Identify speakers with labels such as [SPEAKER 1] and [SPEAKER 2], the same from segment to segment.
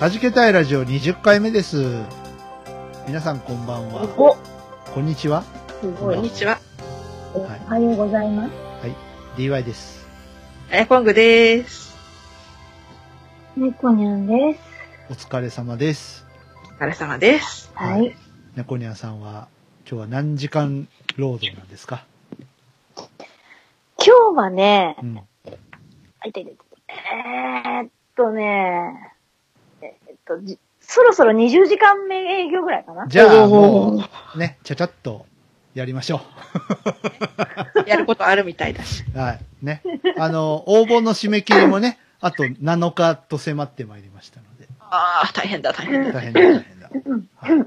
[SPEAKER 1] はじけたいラジオ20回目です。皆さんこんばんは。
[SPEAKER 2] お、
[SPEAKER 1] こんにちは。
[SPEAKER 2] す
[SPEAKER 1] こ
[SPEAKER 2] ご
[SPEAKER 1] ん
[SPEAKER 2] い
[SPEAKER 1] に。
[SPEAKER 3] ちは。
[SPEAKER 2] おはようございます。
[SPEAKER 1] DY です。
[SPEAKER 3] あやこんぐです。
[SPEAKER 2] 猫ニャンです。
[SPEAKER 1] お疲れ様です。
[SPEAKER 3] お疲れ様です。
[SPEAKER 2] はい。
[SPEAKER 1] は猫ニャンさんは今日は何時間労働なんですか
[SPEAKER 2] 今日はね、
[SPEAKER 1] うん。
[SPEAKER 2] あ、痛い痛い痛いえー、っとね、えーっと、じそろそろ20時間目営業ぐらいかな
[SPEAKER 1] じゃあもうね、ちゃちゃっとやりましょ
[SPEAKER 3] やることあるみたいだし。
[SPEAKER 1] う。はい。ね。あの、応募の締め切りもね、あと7日と迫ってまいりましたので。
[SPEAKER 3] ああ、大変だ、大変だ。
[SPEAKER 1] 大変だ、大変だ。はい。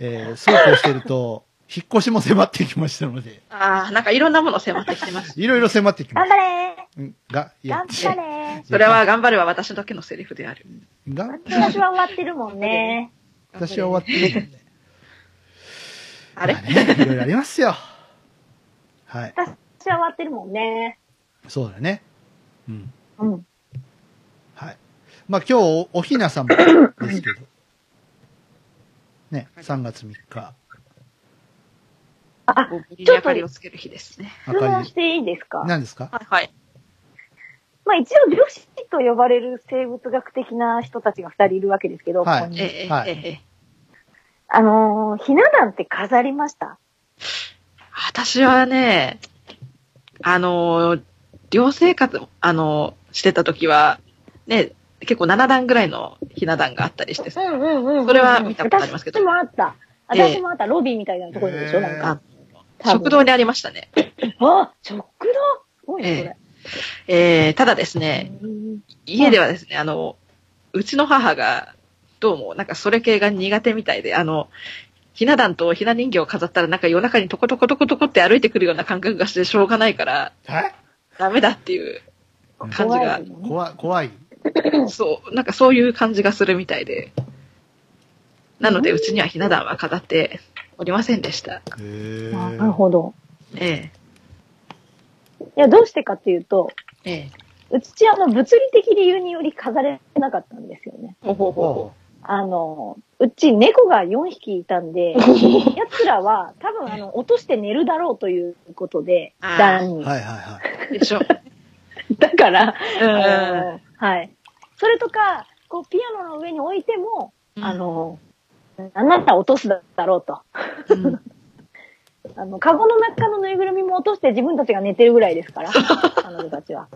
[SPEAKER 1] えー、そうこうしてると、引っ越しも迫ってきましたので、
[SPEAKER 3] ああ、なんかいろんなもの迫ってきてます。
[SPEAKER 1] いろいろ迫ってきま
[SPEAKER 2] 頑
[SPEAKER 1] した
[SPEAKER 2] 張れ。
[SPEAKER 1] うんが、い
[SPEAKER 2] ー
[SPEAKER 1] や
[SPEAKER 2] 頑、張れー
[SPEAKER 3] それは頑張れは私だけのセリフである。
[SPEAKER 1] が、
[SPEAKER 2] 私は終わってるもんね。
[SPEAKER 1] 私は終わってるもんね。
[SPEAKER 3] あれ、
[SPEAKER 1] まねいろいろありますよ。はい。
[SPEAKER 2] 私は終わってるもんね。
[SPEAKER 1] そうだね。うん。
[SPEAKER 2] うん。
[SPEAKER 1] はい。まあ今日、おひなさんですけど。ね、3月3日、
[SPEAKER 2] あ、
[SPEAKER 3] こう右に明かりをつける日ですね。
[SPEAKER 2] 質問
[SPEAKER 1] り
[SPEAKER 2] し。ていいですか
[SPEAKER 1] 何ですか
[SPEAKER 3] はいはい。
[SPEAKER 2] まあ一応女子と呼ばれる生物学的な人たちが二人いるわけですけど、
[SPEAKER 1] はい
[SPEAKER 2] ここに
[SPEAKER 3] ええええ
[SPEAKER 1] はい
[SPEAKER 3] ええええ
[SPEAKER 2] あのー、ひな壇って飾りました
[SPEAKER 3] 私はね、あのー、寮生活、あのー、してた時は、ね、結構7段ぐらいのひな壇があったりしてさ、
[SPEAKER 2] うんうんうんうん。
[SPEAKER 3] それは見たことありますけど
[SPEAKER 2] 私もあった。
[SPEAKER 3] ええ
[SPEAKER 2] 私もあった。ロビーみたいなところでし
[SPEAKER 1] え
[SPEAKER 2] ょ、
[SPEAKER 1] え
[SPEAKER 2] なんか。多分
[SPEAKER 3] 食堂にありましたね。
[SPEAKER 2] あ、食堂すごいね、それ。
[SPEAKER 3] えー、ただですね、
[SPEAKER 2] うん
[SPEAKER 3] 家ではですね、あの、うちの母が、どうも、なんかそれ系が苦手みたいで、あの、ひな壇とひな人形を飾ったら、なんか夜中にトコトコトコトコって歩いてくるような感覚がしてしょうがないから、
[SPEAKER 1] はい
[SPEAKER 3] ダメだっていう、感じが
[SPEAKER 2] 怖いよね
[SPEAKER 1] 怖い、怖い。
[SPEAKER 3] そう、なんかそういう感じがするみたいで。なので、うちにはひな壇は飾っておりませんでした。
[SPEAKER 1] へえ
[SPEAKER 2] あなるほど。
[SPEAKER 3] え
[SPEAKER 2] いや、どうしてかっていうと、
[SPEAKER 3] え。ええ。
[SPEAKER 2] うち、あの、物理的理由により飾れなかったんですよね。
[SPEAKER 3] ほうほう
[SPEAKER 1] お
[SPEAKER 3] ほ
[SPEAKER 1] う
[SPEAKER 2] あの、うち猫が4匹いた んで、奴らは多分、あの、落として寝るだろうということで、
[SPEAKER 3] あー
[SPEAKER 2] 段に。
[SPEAKER 1] はいはいはい。
[SPEAKER 3] う。で しょ。
[SPEAKER 2] だから、
[SPEAKER 3] うん。
[SPEAKER 2] あのはい。それとか、こう、ピアノの上に置いても、あの、あなた落とすだろうと。
[SPEAKER 3] うん、
[SPEAKER 2] あの、カゴの中のぬいぐるみも落として自分たちが寝てるぐらいですから、彼女たちは。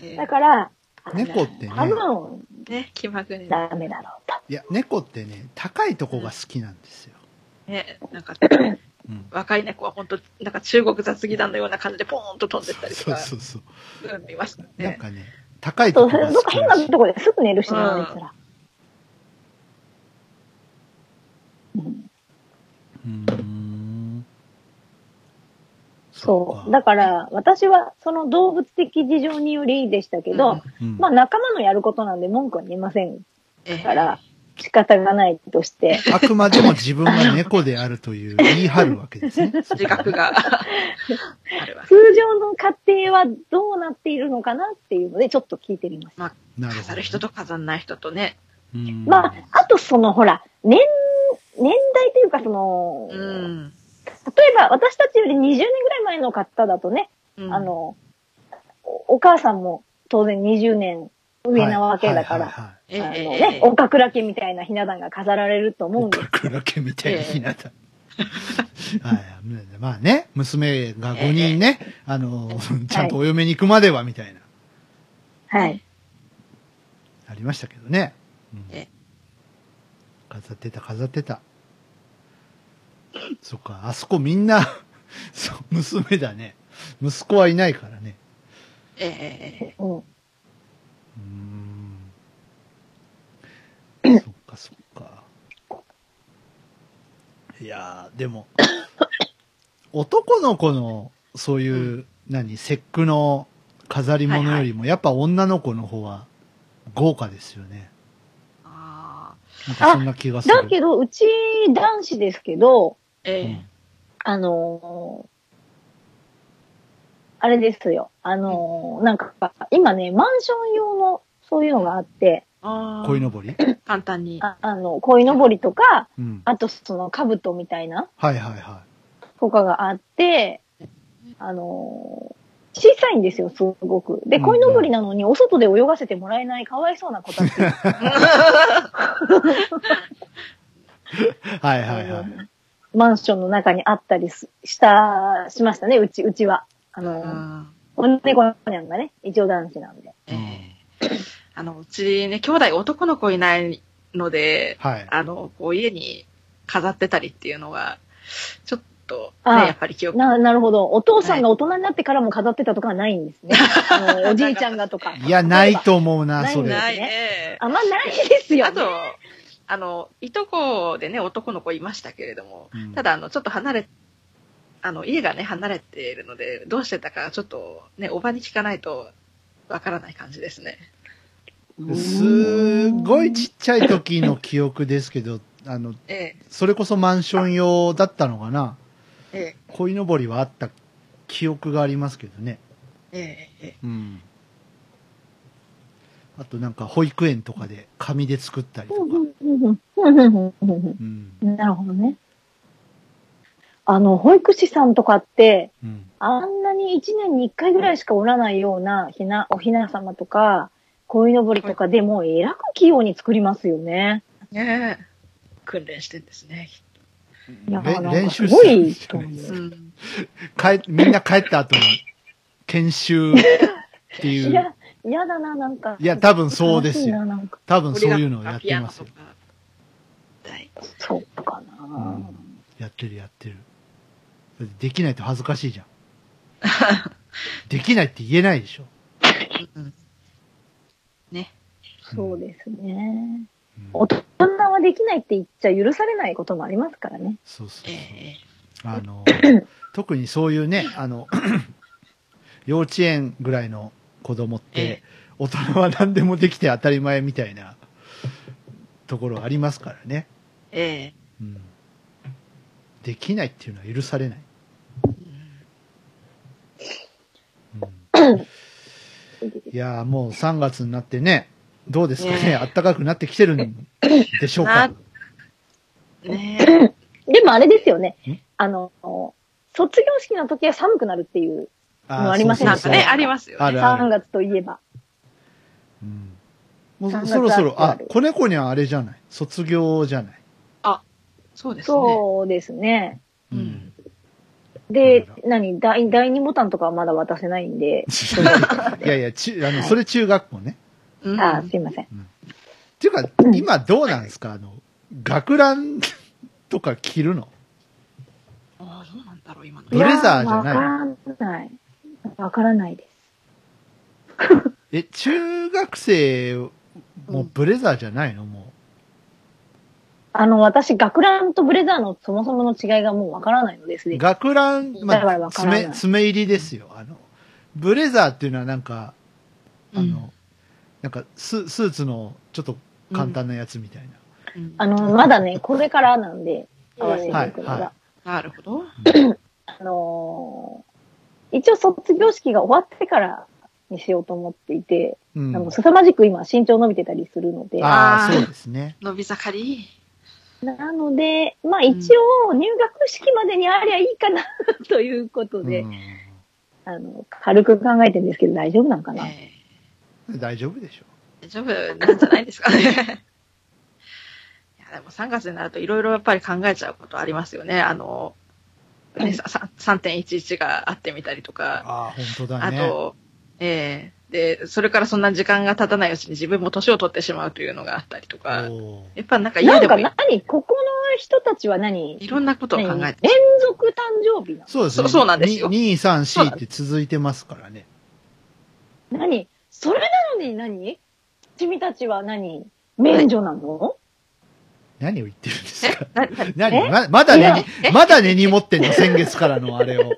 [SPEAKER 3] え
[SPEAKER 2] だから、
[SPEAKER 1] 猫ってね
[SPEAKER 2] 多、分、
[SPEAKER 3] えね、気まぐれな
[SPEAKER 2] ダメだろうと。
[SPEAKER 1] いや、猫ってね、高いとこが好きなんですよ。
[SPEAKER 3] ね、なんか、
[SPEAKER 1] うん。
[SPEAKER 3] 若い猫は本当なんか中国雑技団のような感じでポーンと飛んでったりと
[SPEAKER 1] そう
[SPEAKER 3] か、
[SPEAKER 1] そうそう。
[SPEAKER 3] うん見ますから
[SPEAKER 1] なん
[SPEAKER 3] ね。
[SPEAKER 1] かね、高いと
[SPEAKER 2] そう、
[SPEAKER 1] こが
[SPEAKER 2] ど
[SPEAKER 1] 好
[SPEAKER 2] っか
[SPEAKER 1] き
[SPEAKER 2] 変
[SPEAKER 1] ら
[SPEAKER 2] な
[SPEAKER 1] しい
[SPEAKER 2] とこですぐ寝るしな、
[SPEAKER 3] うん
[SPEAKER 2] あいつら。うん
[SPEAKER 1] うーん。
[SPEAKER 2] そう。だから、私は、その動物的事情によりでしたけど、
[SPEAKER 3] うん
[SPEAKER 1] うん
[SPEAKER 2] まあ仲間のやることなんで文句は言えません
[SPEAKER 3] ええ
[SPEAKER 2] から、仕方がないとして、
[SPEAKER 1] あくまでも自分が猫であるという言い張るわけですね。
[SPEAKER 3] 自覚があるわ。
[SPEAKER 2] 通常の家庭はどうなっているのかなっていうので、ちょっと聞いてみました。
[SPEAKER 1] なるほ
[SPEAKER 3] 飾
[SPEAKER 1] ど
[SPEAKER 3] る。人と飾んない人とね。
[SPEAKER 1] うん
[SPEAKER 2] まあ、あとその、ほら、年、年代というかその、
[SPEAKER 3] うん。
[SPEAKER 2] 例えば私たちより20年ぐらい前の方だとね、
[SPEAKER 3] うん
[SPEAKER 2] あ、の、おお母さんも当然20年上なわけだか
[SPEAKER 1] はい
[SPEAKER 2] ら、
[SPEAKER 1] はいはい
[SPEAKER 3] ええ
[SPEAKER 2] あの
[SPEAKER 3] え
[SPEAKER 2] ね
[SPEAKER 3] え、
[SPEAKER 2] 岡倉家みたいなひな壇が飾られると思うんです。
[SPEAKER 1] 岡倉家みたいなひな壇。 はい、まあね、娘が5人ね、あの、ちゃんとお嫁に行くまではみたいな、
[SPEAKER 2] はい。
[SPEAKER 1] ありましたけどね。うん
[SPEAKER 3] ええ
[SPEAKER 1] 飾ってた、飾ってた。 そっか、あそこみんな、そう、娘だね。息子はいないからね。
[SPEAKER 3] ええ
[SPEAKER 2] うん。
[SPEAKER 1] うーん。そっかそっか。いやー、でも、男の子の、そういう、
[SPEAKER 3] う
[SPEAKER 1] 何、節句の飾り物よりも、やっぱ女の子の方は豪華ですよね。
[SPEAKER 3] ああ。
[SPEAKER 1] なんかそんな気がする。
[SPEAKER 2] だけど、うち男子ですけど、
[SPEAKER 3] ええ
[SPEAKER 1] うん
[SPEAKER 2] あのーあれですよ。あのーなんか、今ね、マンション用の、そういうのがあって、
[SPEAKER 3] ああ。
[SPEAKER 1] 鯉のぼり
[SPEAKER 3] 簡単に。
[SPEAKER 2] ああの、鯉のぼりとか、
[SPEAKER 1] うん。
[SPEAKER 2] あとその、兜みたいな、
[SPEAKER 1] はいはいは
[SPEAKER 2] とかがあって、あのー小さいんですよ、すごく。で、
[SPEAKER 1] うん
[SPEAKER 2] 鯉のぼりなのに、お外で泳がせてもらえない、かわいそうな子たち。
[SPEAKER 1] い。はいはいはい。
[SPEAKER 2] マンションの中にあったりすした、しましたね、うち、うちは。あのー、
[SPEAKER 3] あ
[SPEAKER 2] お猫ニャンがね、一応男子なんで。
[SPEAKER 3] ーええあの、うちね、兄弟男の子いないので、
[SPEAKER 1] はい。
[SPEAKER 3] あの、こう家に飾ってたりっていうのは、ちょっと、ね、
[SPEAKER 2] ああ
[SPEAKER 3] やっぱり記憶。
[SPEAKER 2] な、なるほど。お父さんが大人になってからも飾ってたとかはないんです ね。あのおじいちゃんがとか。
[SPEAKER 1] いや、ないと思うな、
[SPEAKER 2] ない
[SPEAKER 1] それ。
[SPEAKER 2] な
[SPEAKER 3] ないね。
[SPEAKER 2] あんまないですよ、ね。
[SPEAKER 3] あと、あの、いとこでね、男の子いましたけれども、
[SPEAKER 1] うん
[SPEAKER 3] ただ、あの、ちょっと離れ、あの、家がね、離れているので、どうしてたか、ちょっと、ね、おばに聞かないと、わからない感じですね。
[SPEAKER 1] すごいちっちゃい時の記憶ですけど、あの、
[SPEAKER 3] え
[SPEAKER 1] それこそマンション用だったのかな
[SPEAKER 3] え、ええ、
[SPEAKER 1] 鯉のぼりはあった記憶がありますけどね。
[SPEAKER 3] ええ、ええ。
[SPEAKER 1] うん。あとなんか保育園とかで紙で作ったりとか。うん。
[SPEAKER 2] なるほどね。あの、保育士さんとかって、
[SPEAKER 1] うん。
[SPEAKER 2] あんなに1年に1回ぐらいしかおらないようなひな、おひな様とか、鯉のぼりとかでもえらく器用に作りますよね。
[SPEAKER 3] ねえ訓練してんですね。
[SPEAKER 2] いや、
[SPEAKER 1] れ
[SPEAKER 2] なん
[SPEAKER 1] 練
[SPEAKER 2] か
[SPEAKER 1] 習
[SPEAKER 2] す
[SPEAKER 1] す
[SPEAKER 2] ご
[SPEAKER 1] るん
[SPEAKER 2] い
[SPEAKER 1] じゃ
[SPEAKER 2] と
[SPEAKER 1] な
[SPEAKER 2] 思
[SPEAKER 1] いうで。す
[SPEAKER 3] う
[SPEAKER 1] か
[SPEAKER 3] ん。
[SPEAKER 1] 帰みんな帰った後に研修ってい、
[SPEAKER 2] いうや、嫌だな、なんか。
[SPEAKER 1] いや多分そうですよ
[SPEAKER 2] 悲しいななんか
[SPEAKER 1] 多分そういうのをやってますよ
[SPEAKER 3] 折り紙と。かピアノとかはい
[SPEAKER 2] そうか
[SPEAKER 1] う
[SPEAKER 2] な。
[SPEAKER 1] んやってるやってる。だってできないと恥ずかしいじゃん。 できないって言えないでしょ。
[SPEAKER 3] うんうんね。
[SPEAKER 2] そうですね。
[SPEAKER 1] うん
[SPEAKER 2] 大人はできないって言っちゃ許されないこともありますからね。
[SPEAKER 1] そうそうそ
[SPEAKER 3] え
[SPEAKER 1] う
[SPEAKER 3] え。え
[SPEAKER 1] あの、特にそういうね、あの、 幼稚園ぐらいの子供っ
[SPEAKER 3] え
[SPEAKER 1] て、大人は何でもできて当たり前みたいなところありますからね。
[SPEAKER 3] ええ
[SPEAKER 1] うん。できないっていうのは許されない。
[SPEAKER 3] えうん
[SPEAKER 1] うん、いやーもう3月になってね、どうですかね、
[SPEAKER 3] ね
[SPEAKER 1] 暖かくなってきてるんでしょうか
[SPEAKER 3] な。ねえ。
[SPEAKER 2] でもあれですよね
[SPEAKER 1] ん。
[SPEAKER 2] あの、卒業式の時は寒くなるっていう、
[SPEAKER 1] ー
[SPEAKER 2] もうありませ
[SPEAKER 1] そ
[SPEAKER 2] ん
[SPEAKER 3] な
[SPEAKER 1] うんそ
[SPEAKER 3] か
[SPEAKER 1] う
[SPEAKER 3] ね、ありますよ
[SPEAKER 1] あ
[SPEAKER 3] ね。
[SPEAKER 1] るある
[SPEAKER 2] 3月といえば。
[SPEAKER 1] うんもう
[SPEAKER 2] 3月
[SPEAKER 1] そろそろ、
[SPEAKER 2] あ
[SPEAKER 1] あ
[SPEAKER 2] る、
[SPEAKER 1] 子猫にはあれじゃない卒業じゃない
[SPEAKER 3] そうですね。
[SPEAKER 2] そうですね。
[SPEAKER 3] うん
[SPEAKER 2] で
[SPEAKER 1] なる、
[SPEAKER 2] 何第、第2ボタンとかはまだ渡せないんで。
[SPEAKER 1] いやいや、ちあの、それ中学校ね。
[SPEAKER 3] うん
[SPEAKER 2] あ、すいません。
[SPEAKER 1] っていうか、今どうなんですかあの、学ラン とか着るの
[SPEAKER 3] あーどうなんだろう、今の。
[SPEAKER 1] ブレザーじゃない
[SPEAKER 2] いやわからない。わからないです。
[SPEAKER 1] え、中学生、もうブレザーじゃないのも
[SPEAKER 2] あの、私、学ランとブレザーのそもそもの違いがもうわからないのです
[SPEAKER 1] う。
[SPEAKER 2] ね。
[SPEAKER 1] 学ラン、
[SPEAKER 2] だからわからない
[SPEAKER 1] 爪、爪入りですよ。あの、ブレザーっていうのはなんか、あの、
[SPEAKER 3] うん
[SPEAKER 1] なんかス、スーツのちょっと簡単なやつみたいな。
[SPEAKER 3] うん
[SPEAKER 2] あの、まだね、これからなんで、合わせていくのが。
[SPEAKER 1] はいはい
[SPEAKER 3] なるほど。
[SPEAKER 2] あのー一応卒業式が終わってからにしようと思っていて、
[SPEAKER 1] うん。
[SPEAKER 2] あの凄まじく今身長伸びてたりするので、
[SPEAKER 1] ああ、
[SPEAKER 3] あー
[SPEAKER 1] そうですね。
[SPEAKER 3] 伸び盛り。
[SPEAKER 2] なので、まあ一応入学式までにありゃいいかなということで、
[SPEAKER 1] うん
[SPEAKER 2] あの、軽く考えてるんですけど大丈夫なんかな、
[SPEAKER 3] え
[SPEAKER 1] 大丈夫でしょ
[SPEAKER 3] え大丈夫なんじゃないですかね。い や、でも3月になるといろいろやっぱり考えちゃうことありますよね。あの、ね、ささ3.11があってみたりとか、
[SPEAKER 1] ああ、本当だ
[SPEAKER 3] あ
[SPEAKER 1] ね。
[SPEAKER 3] と、ええで、それからそんな時間が経たないうちに自分も年を取ってしまうというのがあったりとか、
[SPEAKER 1] おー
[SPEAKER 3] やっぱなんか
[SPEAKER 2] な
[SPEAKER 3] 家
[SPEAKER 2] ん
[SPEAKER 3] で
[SPEAKER 2] か
[SPEAKER 3] も、
[SPEAKER 2] 何ここ人たちは何
[SPEAKER 3] いろんなことを考え
[SPEAKER 2] 何
[SPEAKER 3] て。
[SPEAKER 2] 連続誕生日な
[SPEAKER 1] そうですね。
[SPEAKER 3] そそうなんですよ
[SPEAKER 1] 2、
[SPEAKER 3] そう
[SPEAKER 1] 3、4
[SPEAKER 3] なん
[SPEAKER 1] って続いてますからね。
[SPEAKER 2] の何それなのに何君たちは何免除なの
[SPEAKER 1] 何を言ってるんです
[SPEAKER 3] え
[SPEAKER 1] か
[SPEAKER 3] なな
[SPEAKER 1] 何
[SPEAKER 2] え
[SPEAKER 1] ままだね
[SPEAKER 3] え
[SPEAKER 1] まだ根に持ってんの先月からのあれ を。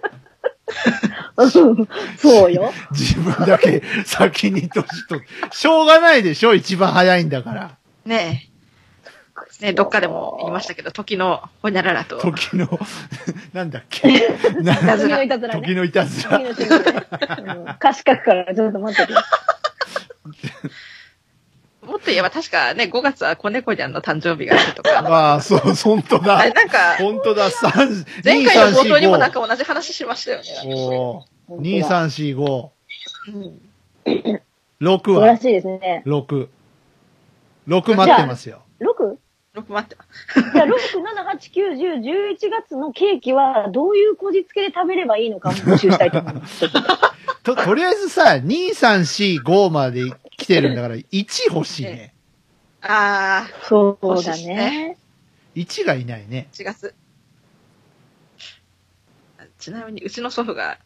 [SPEAKER 2] うんそうよ。
[SPEAKER 1] 自分だけ先に年と。しょうがないでしょ一番早いんだから。
[SPEAKER 3] ねえ。ねどっかでも言いましたけど、時のほにゃららと。
[SPEAKER 1] 時の、 なんだっけ。な
[SPEAKER 3] ず
[SPEAKER 2] 時
[SPEAKER 3] ら
[SPEAKER 2] のいたずら
[SPEAKER 1] 時
[SPEAKER 2] ね。
[SPEAKER 1] のいたず
[SPEAKER 2] 時
[SPEAKER 1] ら。
[SPEAKER 2] の趣味ね。うん歌詞書くからちょっと待ってて。
[SPEAKER 3] もっと言えば確かね、5月は子猫ちゃんの誕生日があるとか。
[SPEAKER 1] ああ、そう、本当
[SPEAKER 3] あ
[SPEAKER 1] だ
[SPEAKER 3] れ。なんか、
[SPEAKER 1] 本当だ。三
[SPEAKER 3] 前回の冒頭にもなん
[SPEAKER 1] か。
[SPEAKER 3] か同じ話しましたよね。
[SPEAKER 1] おー2、
[SPEAKER 2] 素
[SPEAKER 1] 3、4、5。
[SPEAKER 3] うん
[SPEAKER 1] 6
[SPEAKER 2] 晴ら
[SPEAKER 1] は
[SPEAKER 2] しいですね。
[SPEAKER 1] 6。6待ってますよ。
[SPEAKER 2] 6?
[SPEAKER 3] 六待ってます。
[SPEAKER 2] じゃあ、6、7、8、9、10、11月のケーキは、どういうこじつけで食べればいいのかも募集したいと思います。
[SPEAKER 1] と、とりあえずさ、2、3、4、5まで来てるんだから、1欲しいね。
[SPEAKER 3] ああ、
[SPEAKER 2] そう
[SPEAKER 3] そう
[SPEAKER 2] だ
[SPEAKER 3] ですね
[SPEAKER 2] ね。
[SPEAKER 1] 1がいないね。
[SPEAKER 3] 4月。ちなみに、うちの祖父が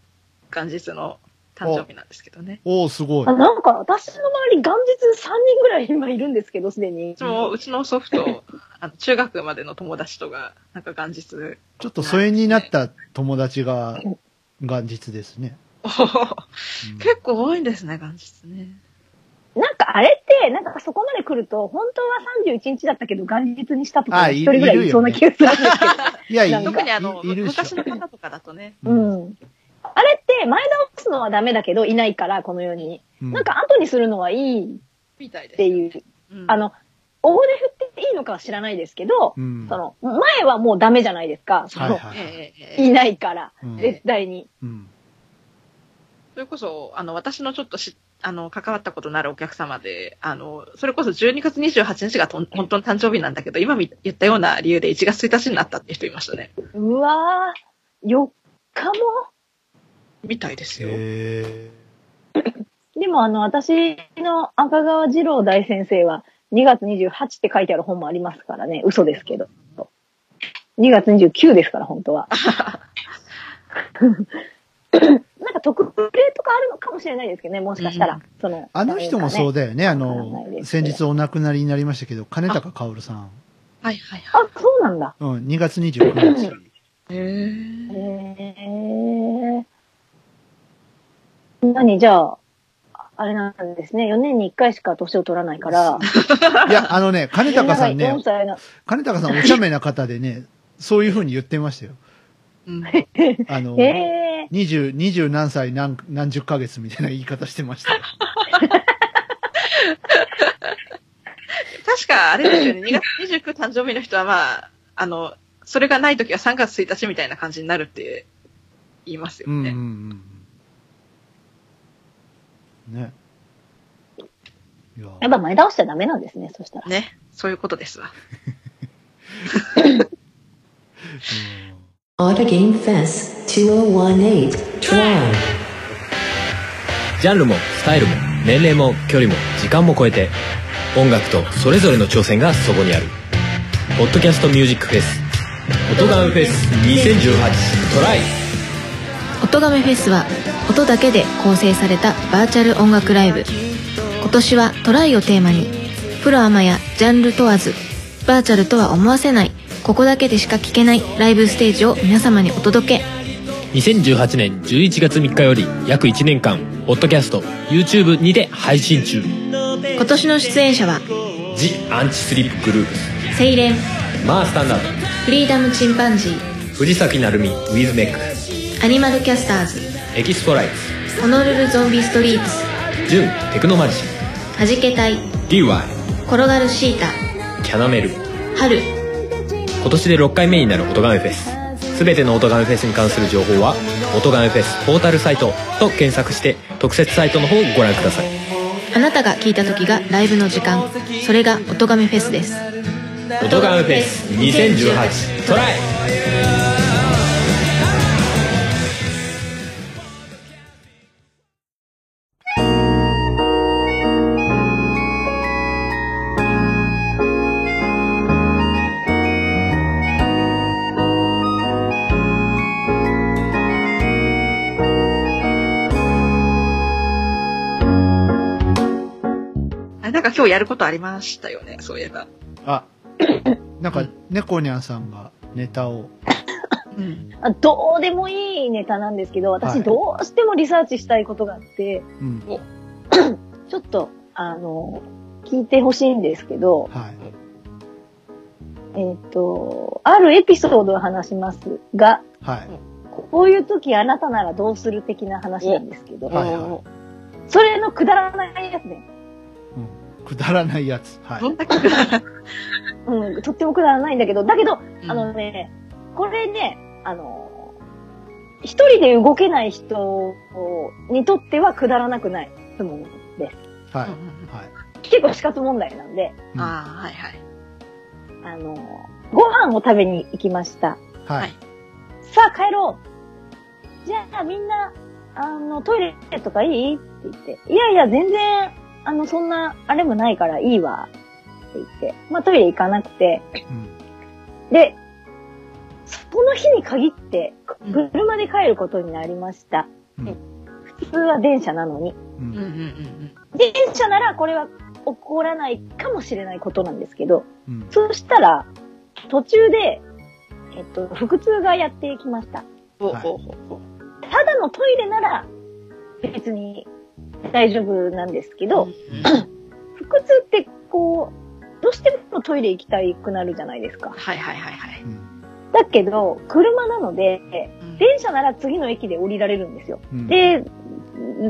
[SPEAKER 3] 元日の誕生日なんですけどね。
[SPEAKER 1] おおすごい
[SPEAKER 2] あ。なんか、私の周り、元日3人ぐらい今いるんですけど、すでに
[SPEAKER 3] うち。も、うちの祖 父と、あの中学までの友達とが、なんか元日、
[SPEAKER 1] ちょっと疎遠になった友達が、元日ですね。
[SPEAKER 3] おー
[SPEAKER 1] うん
[SPEAKER 3] 結構多いんですね、元日ね。
[SPEAKER 2] なんか、あれって、なんかそこまで来ると、本当は31日だったけど、元日にしたと
[SPEAKER 1] あ
[SPEAKER 2] か、
[SPEAKER 1] い
[SPEAKER 2] 一人ぐらいいそうな気がするんですけ
[SPEAKER 1] いや、い
[SPEAKER 2] なんか
[SPEAKER 3] 特にあの、
[SPEAKER 1] いいるっしょ
[SPEAKER 3] 昔の方とかだとね、
[SPEAKER 2] ど。うん。あれって、前倒すのはダメだけど、いないから、この世に。
[SPEAKER 1] う
[SPEAKER 2] なん、か、後にするのはいいっ
[SPEAKER 3] みたいです。
[SPEAKER 2] ていう。
[SPEAKER 3] うん
[SPEAKER 2] あ、の、大手振っていいのかは知らないですけど
[SPEAKER 1] う、ん。
[SPEAKER 2] その、前はもうダメじゃないですか。そ
[SPEAKER 1] はい
[SPEAKER 2] の
[SPEAKER 1] はい
[SPEAKER 3] ええ
[SPEAKER 1] はい。
[SPEAKER 3] ええええ
[SPEAKER 2] いないから、
[SPEAKER 1] うん
[SPEAKER 2] 絶対に。
[SPEAKER 1] うん。
[SPEAKER 3] それこそ、あの、私のちょっとし、あの、関わったことのあるお客様で、あの、それこそ12月28日がとん本当の誕生日なんだけど、今み言ったような理由で1月1日になったって人いましたね。
[SPEAKER 2] うわぁ、4日も
[SPEAKER 3] みたいですよ。
[SPEAKER 1] へ
[SPEAKER 2] でもあの、私の赤川二郎大先生は、2月28って書いてある本もありますからね。嘘ですけど。2月29ですから、本当は。 なんか特例とかあるのかもしれないですけどね、もしかしたら。
[SPEAKER 3] うん
[SPEAKER 2] その
[SPEAKER 1] あの人も
[SPEAKER 2] なんかね
[SPEAKER 1] そうだよね。あ
[SPEAKER 2] わかんない
[SPEAKER 1] の、
[SPEAKER 2] です
[SPEAKER 1] 先日お亡くなりになりましたけど、金高薫さん。
[SPEAKER 3] はいはいはい。
[SPEAKER 2] あ、そうなんだ。
[SPEAKER 1] うん、2月29日。
[SPEAKER 3] へ
[SPEAKER 2] へ
[SPEAKER 3] え。
[SPEAKER 2] え。何じゃあ、あれなんですね。4年に1回しか年を取らないから。
[SPEAKER 1] いや、あのね、金高さんね
[SPEAKER 2] 4、歳の
[SPEAKER 1] 金高さんお茶目な方でね、そういうふうに言ってましたよ。
[SPEAKER 3] うん、
[SPEAKER 1] あの、
[SPEAKER 2] ええ
[SPEAKER 1] 二十、二十何歳何、何十ヶ月みたいな言い方してましたよ。
[SPEAKER 3] 確か、あれですよね、2月29誕生日の人はまあ、あの、それがない時は3月1日みたいな感じになるって言いますよ
[SPEAKER 1] うんうん
[SPEAKER 3] ね。
[SPEAKER 1] うん。ね。いや
[SPEAKER 2] やっぱ前倒しちゃダメなんですね、そしたら。
[SPEAKER 3] ね。そういうことですわ。
[SPEAKER 1] うん
[SPEAKER 4] Auto Game Fest 2018 Tron.
[SPEAKER 5] ジャンルもスタイルも年齢も距離も時間も超えて音楽とそれぞれの挑戦がそこにある「ポッドキャストミュージックフェス」「音ガンフェス2018トライ」
[SPEAKER 6] 音亀フェスは音だけで構成されたバーチャル音楽ライブ今年はトライをテーマにプロアマやジャンル問わずバーチャルとは思わせないここだけでしか聴けないライブステージを皆様にお届け
[SPEAKER 5] 2018年11月3日より約1年間ポッドキャスト YouTube にて配信中
[SPEAKER 6] 今年の出演者は
[SPEAKER 5] 「ジ・アンチスリップグループ
[SPEAKER 6] セイレン」
[SPEAKER 5] 「マースタンダー
[SPEAKER 6] フリーダムチンパンジー
[SPEAKER 5] ド」「藤崎鳴海ウィズメック」
[SPEAKER 6] アニマルキャスターズ
[SPEAKER 5] 「エキストライツ
[SPEAKER 6] ホノルルゾンビストリート」
[SPEAKER 5] 「ジュン・テクノマジシ
[SPEAKER 6] 「はじけたい」
[SPEAKER 5] ン」「DY」
[SPEAKER 6] 「転がるシータ」
[SPEAKER 5] 「キャナメル」
[SPEAKER 6] 「春」
[SPEAKER 5] 今年で6回目になる音ガメフェスすべての音ガメフェスに関する情報は「音ガメフェスポータルサイト」と検索して特設サイトの方をご覧ください
[SPEAKER 6] あなたが聴いた時がライブの時間それが音亀フェスです
[SPEAKER 5] 「音ガメフェス2018トライ!」
[SPEAKER 3] れなんか今日やることありましたよね、そういえば。
[SPEAKER 1] あ、なんか、猫にゃんさんがネタを。
[SPEAKER 3] うん。
[SPEAKER 2] あどうでもいいネタなんですけど、
[SPEAKER 1] は
[SPEAKER 2] 私
[SPEAKER 1] い
[SPEAKER 2] どうしてもリサーチしたいことがあって、
[SPEAKER 1] うん。
[SPEAKER 2] ちょっと、あの、聞いてほしいんですけど、
[SPEAKER 1] はい。
[SPEAKER 2] えっ、と、あるエピソードを話しますが、
[SPEAKER 1] はい。
[SPEAKER 2] こういう時あなたならどうする的な話なんですけど、
[SPEAKER 1] はいは
[SPEAKER 2] それのくだらないやつね。
[SPEAKER 1] うん。くだらないやつ。はい
[SPEAKER 3] ど。んだけ、う
[SPEAKER 2] うん、とってもくだらないんだけど、だけど、
[SPEAKER 3] ん
[SPEAKER 2] あのね、これね、あの、一人で動けない人にとってはくだらなくない質問です。
[SPEAKER 1] はい。
[SPEAKER 3] うんうん
[SPEAKER 1] はい。
[SPEAKER 2] 結構死活問題なんで、
[SPEAKER 1] うん
[SPEAKER 3] ああ、はいはい。
[SPEAKER 2] あの、ご飯を食べに行きました。
[SPEAKER 1] は
[SPEAKER 3] はいい。
[SPEAKER 2] さあ帰ろう。じゃあみんな、あの、トイレとかいいって言って。いやいや、全然、あの、そんな、あれもないからいいわ。って言って。まあトイレ行かなくて。
[SPEAKER 1] うん。
[SPEAKER 2] で、その日に限って、
[SPEAKER 3] うん
[SPEAKER 2] 車で帰ることになりました。
[SPEAKER 1] うん
[SPEAKER 2] 普通は電車なのに。
[SPEAKER 1] う
[SPEAKER 3] うんうん
[SPEAKER 1] ん。
[SPEAKER 3] うん
[SPEAKER 2] 電車ならこれは起こらないかもしれないことなんですけど、
[SPEAKER 1] うん。
[SPEAKER 2] そうしたら、途中で、えっと、腹痛がやってきました。
[SPEAKER 3] ほう
[SPEAKER 1] はい
[SPEAKER 3] ほうほうほう。
[SPEAKER 2] ただのトイレなら別に大丈夫なんですけど、腹痛ってこう、どうしてもトイレ行きたくなるじゃないですか。
[SPEAKER 3] はいはいはいはい。
[SPEAKER 1] うん
[SPEAKER 2] だけど、車なので、
[SPEAKER 3] うん
[SPEAKER 2] 電車なら次の駅で降りられるんですよ。
[SPEAKER 1] うん。
[SPEAKER 2] で、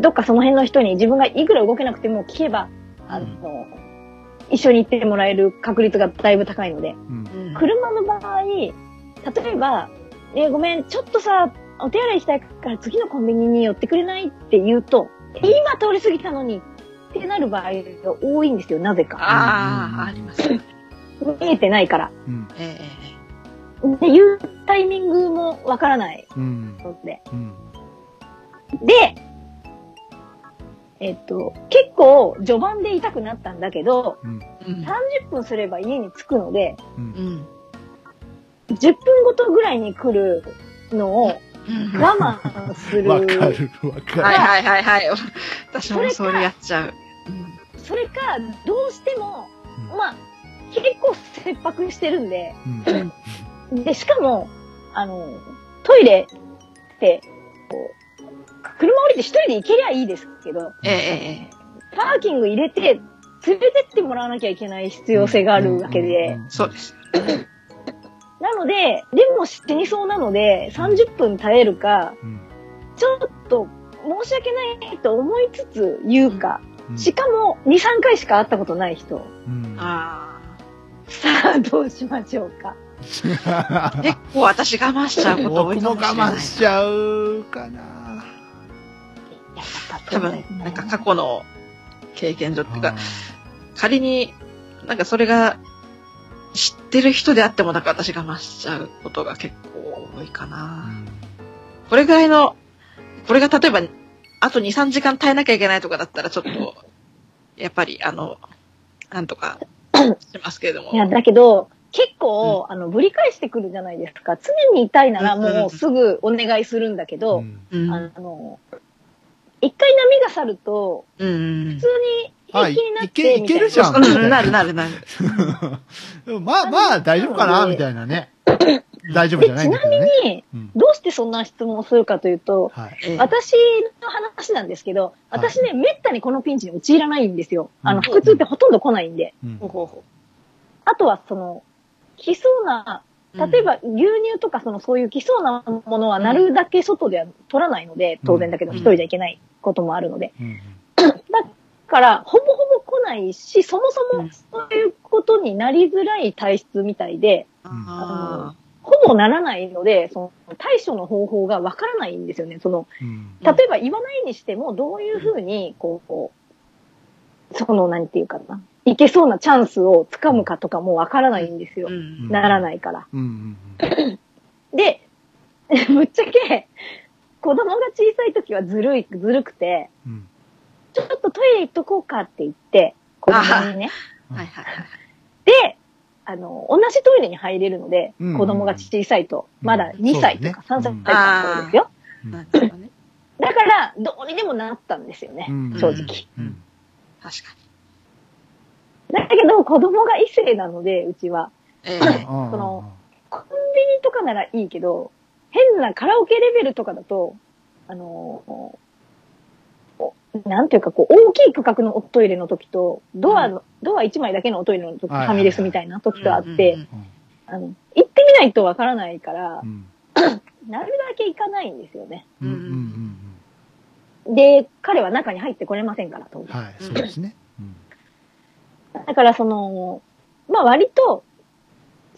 [SPEAKER 2] どっかその辺の人に自分がいくら動けなくても聞けば、あの、一緒に行ってもらえる確率がだいぶ高いので、
[SPEAKER 1] うん。
[SPEAKER 3] うん
[SPEAKER 2] 車の場合、例えば、えーごめん、ちょっとさ、お手洗いしたいから次のコンビニに寄ってくれないって言うと、今通り過ぎたのにってなる場合が多いんですよ、なぜか。
[SPEAKER 3] ああ、ありますね。
[SPEAKER 2] 見えてないから。
[SPEAKER 1] うん。
[SPEAKER 3] ええ
[SPEAKER 2] で、言うタイミングもわからない
[SPEAKER 1] うん。
[SPEAKER 2] ので。
[SPEAKER 1] うん。
[SPEAKER 2] で、えっと、結構序盤で痛くなったんだけど、
[SPEAKER 3] ええうん
[SPEAKER 2] 10分すれば家に着くので、
[SPEAKER 1] うん。
[SPEAKER 3] うん
[SPEAKER 2] 10分ごとぐらいに来るのを
[SPEAKER 3] うん
[SPEAKER 2] 我慢す る。
[SPEAKER 1] わかる、わか
[SPEAKER 3] は
[SPEAKER 1] る。
[SPEAKER 3] いはいはいはい。私もそれやっちゃう。うん
[SPEAKER 2] それか、どうしても、
[SPEAKER 1] うん
[SPEAKER 2] まあ、結構切迫してるんで、
[SPEAKER 1] うん
[SPEAKER 2] で、しかも、あの、トイレって、こう、車降りて一人で行けりゃいいですけど、
[SPEAKER 3] ええええ
[SPEAKER 2] パーキング入れて、連れてってもらわなきゃいけない必要性があるわけで、。
[SPEAKER 3] そうです。
[SPEAKER 2] なので、でも死にそうなので、30分耐えるか、
[SPEAKER 1] うん。
[SPEAKER 2] ちょっと申し訳ないと思いつつ言うか、
[SPEAKER 1] うん
[SPEAKER 2] しかも2、3回しか会ったことない人、
[SPEAKER 1] うん。
[SPEAKER 3] あ
[SPEAKER 2] さあどうしましょうか。
[SPEAKER 3] あ。結構私我慢しちゃうこと多い
[SPEAKER 1] 僕も
[SPEAKER 3] かもしれな
[SPEAKER 1] 我慢
[SPEAKER 3] い。
[SPEAKER 1] しちゃうかな。
[SPEAKER 3] 多分、なんか過去の経験上っていうか、仮に、なんかそれが知ってる人であっても、なんか私が増しちゃうことが結構多いか
[SPEAKER 1] う
[SPEAKER 3] な。
[SPEAKER 1] ん
[SPEAKER 3] これぐらいの、これが例えば、あと2、3時間耐えなきゃいけないとかだったら、ちょっと、やっぱり、あの、なんとかしますけれども。
[SPEAKER 2] いや、だけど、結構、あの、ぶり返してくるじゃないですか。常に痛いなら
[SPEAKER 3] うんうんうん
[SPEAKER 2] もうすぐお願いするんだけ
[SPEAKER 1] う
[SPEAKER 2] ど、
[SPEAKER 1] ん
[SPEAKER 3] うん、
[SPEAKER 2] あの、一回波が去ると、
[SPEAKER 3] うん。
[SPEAKER 2] 普通に平気になってみたいな。
[SPEAKER 1] あいいけいけるじゃん
[SPEAKER 3] うんなるなるなる。
[SPEAKER 1] でもまあまあ大丈夫かなみたいなね。大丈夫
[SPEAKER 2] で、
[SPEAKER 1] じゃない
[SPEAKER 2] ち
[SPEAKER 1] んだ
[SPEAKER 2] な
[SPEAKER 1] けどね。
[SPEAKER 2] みに、
[SPEAKER 1] うん
[SPEAKER 2] どうしてそんな質問をするかというと、
[SPEAKER 1] はい。
[SPEAKER 3] ええ
[SPEAKER 2] 私の話なんですけど、私ね、めったにこのピンチに陥らないんですよ。あ
[SPEAKER 1] う
[SPEAKER 2] の、
[SPEAKER 1] ん
[SPEAKER 2] 腹痛ってほとんど来ないんで。
[SPEAKER 1] うん
[SPEAKER 3] ほうほうほ
[SPEAKER 2] あとは、その、来そうな、
[SPEAKER 3] う
[SPEAKER 2] 例え、ば牛乳とかそのそういう来そうなものはなるだけ外では取らないので、当然だけど
[SPEAKER 3] うん
[SPEAKER 2] 一人じゃいけないこともあるので。
[SPEAKER 1] うん
[SPEAKER 2] だから、ほぼほぼ来ないし、そもそうも
[SPEAKER 3] ん
[SPEAKER 2] そういうことになりづらい体質みたいで、
[SPEAKER 3] うんあ
[SPEAKER 2] ほぼならないので、その対処の方法がわからないんですよね。その、
[SPEAKER 1] うん
[SPEAKER 2] 例えば言わないにしても、どういうふうに、こうこう、その、なんていうかな、いけそうなチャンスをつかむかとかもわからないんです
[SPEAKER 3] ー
[SPEAKER 2] よ
[SPEAKER 3] う。ん
[SPEAKER 2] ならないから。
[SPEAKER 1] うんうん
[SPEAKER 2] で、 ぶっちゃけ、子供が小さい時はずるい、ずるくて、
[SPEAKER 1] うん
[SPEAKER 2] ちょっとトイレ行っとこうかって言って、子供にね。
[SPEAKER 3] はいはいはい。
[SPEAKER 2] で、あの、同じトイレに入れるので、
[SPEAKER 1] うん
[SPEAKER 2] 子供が小さいと、
[SPEAKER 1] うん
[SPEAKER 2] まだ2歳とか
[SPEAKER 1] そうだ
[SPEAKER 2] 3歳
[SPEAKER 1] ね
[SPEAKER 2] とかそうですよ。
[SPEAKER 3] なるほどね。
[SPEAKER 2] だから、どうにでもなったんですよ
[SPEAKER 1] う
[SPEAKER 2] ね。
[SPEAKER 1] ん。
[SPEAKER 2] 正直。
[SPEAKER 1] うん。
[SPEAKER 3] 確か
[SPEAKER 2] だけど、子供が異性なので、うちは。
[SPEAKER 3] え
[SPEAKER 1] うん
[SPEAKER 3] え
[SPEAKER 2] そのコンビニとかならいいけど、変なカラオケレベルとかだと、あのーおなんていうか、こう、大きい区画のおトイレの時と、ドアの、ドア1枚だけのおトイレの時、フ
[SPEAKER 1] はい
[SPEAKER 2] ァミレスみたいな時とあって、
[SPEAKER 3] うんう
[SPEAKER 1] う
[SPEAKER 3] ん
[SPEAKER 1] ん
[SPEAKER 2] あの、行ってみないとわからないから
[SPEAKER 1] う、ん
[SPEAKER 2] なるだけ行かないんですよね。
[SPEAKER 1] うんうんうん
[SPEAKER 2] で、彼は中に入ってこれませんから、と
[SPEAKER 1] うん。はい、そうですね。うん
[SPEAKER 2] だから、その、まあ割と、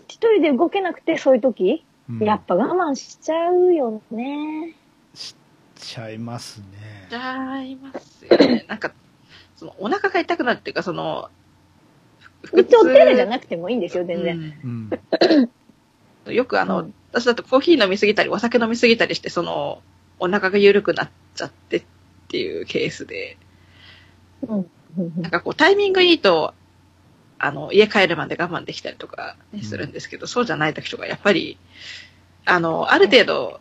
[SPEAKER 2] 一人で動けなくて、そういう時、
[SPEAKER 1] うん
[SPEAKER 2] やっぱ我慢しちゃうよね。
[SPEAKER 1] ちゃいますね。
[SPEAKER 3] ちゃいますよね。なんか、そのお腹が痛くなるっていうか、その、腹
[SPEAKER 2] 一応テレじゃ
[SPEAKER 3] い
[SPEAKER 2] なくてもいいんですよ、全然。
[SPEAKER 1] うん。
[SPEAKER 3] よくあの、
[SPEAKER 2] う
[SPEAKER 3] 私だとコーヒー飲みすぎたり、お酒飲みすぎたりして、その、お腹が緩くなっちゃってっていうケースで、
[SPEAKER 2] うん。
[SPEAKER 3] なんかこう、タイミングいいと、あの、家帰るまで我慢できたりとか
[SPEAKER 1] う
[SPEAKER 3] ね、
[SPEAKER 1] ん
[SPEAKER 3] するんですけど、そうじゃない時とか、やっぱり、あの、ある程度、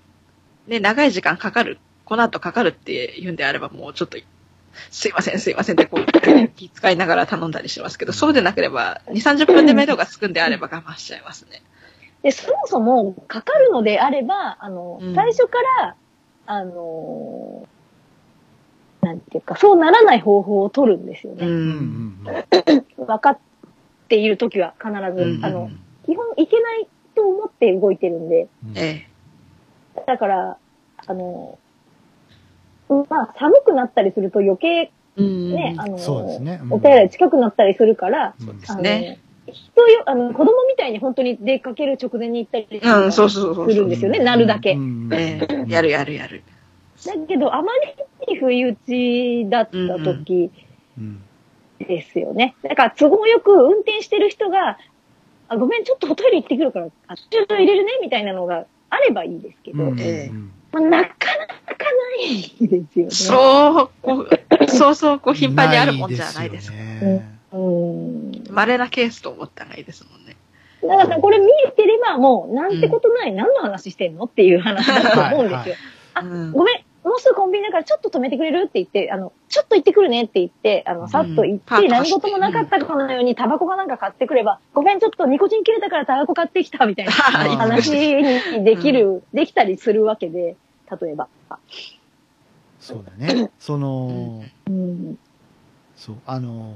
[SPEAKER 3] ね、長い時間かかる、この後かかるっていうんであれば、もうちょっと、すいません、すいませんって、こう、気遣いながら頼んだりしますけど、そうでなければ、2、30分で目処がつくんであれば我慢しちゃいますね。
[SPEAKER 2] で、そもそも、かかるのであれば、あの、
[SPEAKER 3] うん
[SPEAKER 2] 最初から、あのーなんていうか、そうならない方法を取るんですよ
[SPEAKER 3] う。
[SPEAKER 2] ね。
[SPEAKER 1] うんん。
[SPEAKER 2] 分かっている時は必ず、
[SPEAKER 3] うん
[SPEAKER 2] あ
[SPEAKER 1] う
[SPEAKER 2] の、
[SPEAKER 1] ん
[SPEAKER 2] 基本いけないと思って動いてるんで、
[SPEAKER 3] え
[SPEAKER 2] だから、あのーまあ、寒くなったりすると余計
[SPEAKER 3] え。うん
[SPEAKER 2] ね、あのー
[SPEAKER 1] そうですねうん
[SPEAKER 2] お手洗い近くなったりするから、
[SPEAKER 1] うん
[SPEAKER 3] ですね
[SPEAKER 2] あの。人よ、あの、子供みたいに本当に出かける直前に行ったりとか
[SPEAKER 3] うん、そうそうそうそう。
[SPEAKER 2] するんですよね、なるだけ。
[SPEAKER 1] うん
[SPEAKER 3] ええやるやるやる。
[SPEAKER 2] だけど、あまりに不意打ちだった時
[SPEAKER 1] うん
[SPEAKER 2] ですよね。だから、都合よく運転してる人が、あごめん、ちょっとおトイレ行ってくるから、あちょっと入れるね、みたいなのがあればいいですけど、
[SPEAKER 1] うん
[SPEAKER 3] ええ
[SPEAKER 2] まあ、なかなかないですよね。
[SPEAKER 3] そう、こう、そうそう、こう、頻繁にあるもんじゃないです。
[SPEAKER 1] よね
[SPEAKER 2] うん。だ
[SPEAKER 3] 稀なケースと思った方がいいですもんね。
[SPEAKER 2] からさ、これ見えてればもう、なんてことない、何の話してんのっていう話だと思うんですよ。
[SPEAKER 1] はいはい
[SPEAKER 2] あ
[SPEAKER 3] うん
[SPEAKER 2] ごめん、もうすぐコンビニだからちょっと止めてくれるって言って、あの、ちょっと行ってくるねって言って、あの、さっと行っ
[SPEAKER 3] パッ
[SPEAKER 2] て、
[SPEAKER 3] と走
[SPEAKER 2] 何
[SPEAKER 3] って
[SPEAKER 2] 事もなかったかのようにタバコがなんか買ってくれば、ごめん、ちょっとニコチン切れたからタバコ買ってきた みたいな
[SPEAKER 1] うん
[SPEAKER 2] 話にできる、できたりするわけで、例えば。
[SPEAKER 1] そうだね。その、
[SPEAKER 2] うん。
[SPEAKER 1] そう、あの、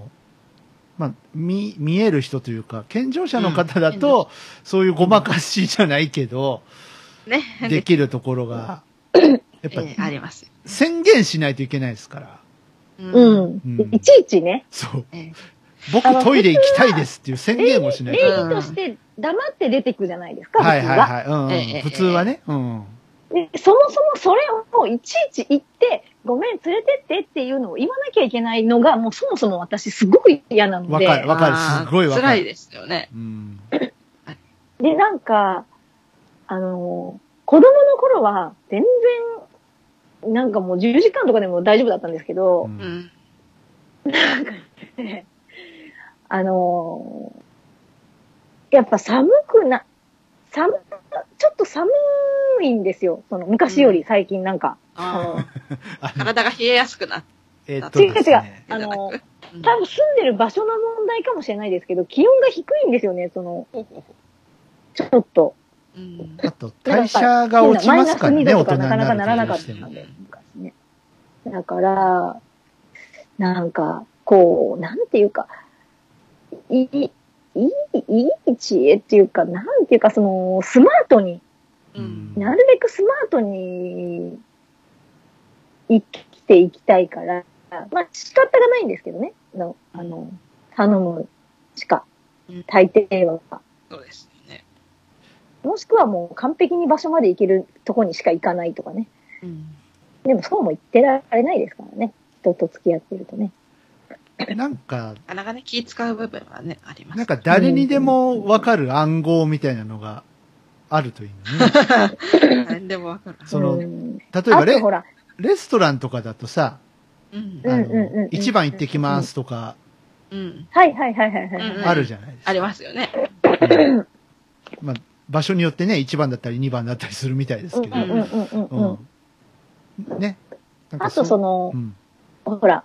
[SPEAKER 1] まあ、見、見える人というか、健常者の方だと、そういうごまかしじゃないけど、
[SPEAKER 3] ね。
[SPEAKER 1] できるところが、やっぱ
[SPEAKER 3] ええあります。
[SPEAKER 1] 宣言しないといけないですから。
[SPEAKER 2] う
[SPEAKER 3] うん。
[SPEAKER 2] ん
[SPEAKER 1] うん。
[SPEAKER 2] いちいちね、
[SPEAKER 1] そう。
[SPEAKER 3] え
[SPEAKER 1] 僕
[SPEAKER 2] あの
[SPEAKER 1] トイレ行きたいですっていう宣言もしない
[SPEAKER 2] 礼
[SPEAKER 1] と。
[SPEAKER 3] うん
[SPEAKER 2] 儀として黙って出てくじゃないですか、
[SPEAKER 1] はい
[SPEAKER 2] 普通
[SPEAKER 1] はい
[SPEAKER 2] は。
[SPEAKER 1] はい。うんう
[SPEAKER 3] ええ
[SPEAKER 1] ん。普通はね。うん。
[SPEAKER 2] でそもそもそれをいちいち言って、ごめん、連れてってっていうのを言わなきゃいけないのが、もうそもそも私すごく嫌なの
[SPEAKER 1] わ
[SPEAKER 2] で。
[SPEAKER 1] かる、わかる。
[SPEAKER 3] あー
[SPEAKER 1] すごいわか
[SPEAKER 3] 辛い
[SPEAKER 1] る。
[SPEAKER 3] ですよね。
[SPEAKER 1] うん。
[SPEAKER 2] で、なんか、あの、子供の頃は全然、なんかもう10時間とかでも大丈夫だったんですけ
[SPEAKER 1] う
[SPEAKER 2] ど、
[SPEAKER 3] うんん。
[SPEAKER 2] あの、やっぱ寒くな、寒、ちょっと寒いんですよ。その昔より最近なんか、あ
[SPEAKER 3] あ
[SPEAKER 2] の、
[SPEAKER 1] あ
[SPEAKER 3] ー体が冷えやすくなって。
[SPEAKER 1] えっと
[SPEAKER 2] 違う違う
[SPEAKER 1] で、すね。
[SPEAKER 2] あの、
[SPEAKER 3] うん
[SPEAKER 2] 多分住んでる場所の問題かもしれないですけど、気温が低いんですよね、その、ちょっと。
[SPEAKER 3] うん
[SPEAKER 1] あと、代謝が落ちますからね、
[SPEAKER 2] マイ
[SPEAKER 1] 大
[SPEAKER 2] ナス2度と
[SPEAKER 1] 人
[SPEAKER 2] か
[SPEAKER 1] に
[SPEAKER 2] な
[SPEAKER 1] な
[SPEAKER 2] か
[SPEAKER 1] る
[SPEAKER 2] な
[SPEAKER 1] と
[SPEAKER 2] かならなか
[SPEAKER 1] ど
[SPEAKER 2] っ
[SPEAKER 1] うして
[SPEAKER 2] た
[SPEAKER 1] も
[SPEAKER 2] んで、昔ね。だから、なんか、こう、なんていうか、いい、いい、いい知恵っていうか、なんていうか、その、スマートに、
[SPEAKER 3] うん
[SPEAKER 2] なるべくスマートに生きていきたいから、まあ仕方がないんですけどね。あの、あの頼むしか
[SPEAKER 3] うん、
[SPEAKER 2] 大抵は。
[SPEAKER 3] そうですよね。
[SPEAKER 2] もしくはもう完璧に場所まで行けるとこにしか行かないとかね。
[SPEAKER 3] うん
[SPEAKER 2] でもそうも言ってられないですからね。人と付き合ってるとね。
[SPEAKER 1] なんか、
[SPEAKER 3] なかなかね、気使う部分はね、あります。
[SPEAKER 1] なんか誰にでもわかる暗号みたいなのがあるといいのね。
[SPEAKER 3] 何でもわかる。
[SPEAKER 1] その、
[SPEAKER 2] う
[SPEAKER 1] 例え
[SPEAKER 2] ん
[SPEAKER 1] ば
[SPEAKER 2] あと
[SPEAKER 1] レ
[SPEAKER 2] ほら、
[SPEAKER 1] レストランとかだとさ、
[SPEAKER 3] うん
[SPEAKER 1] あ
[SPEAKER 2] うんうんうんうん
[SPEAKER 1] の、一番行ってきますとか
[SPEAKER 3] うん。
[SPEAKER 2] はいはいはいはいはい。
[SPEAKER 3] うん
[SPEAKER 1] あるじゃないですか
[SPEAKER 3] あ。りますよね。
[SPEAKER 1] まあ、場所によってね、1番だったり2番だったりするみたいです
[SPEAKER 2] うん
[SPEAKER 1] け
[SPEAKER 2] う
[SPEAKER 1] ど。
[SPEAKER 2] んうんうんうんうん。
[SPEAKER 1] うんね。なんか
[SPEAKER 2] あとそうの
[SPEAKER 1] う、ん
[SPEAKER 2] ほら、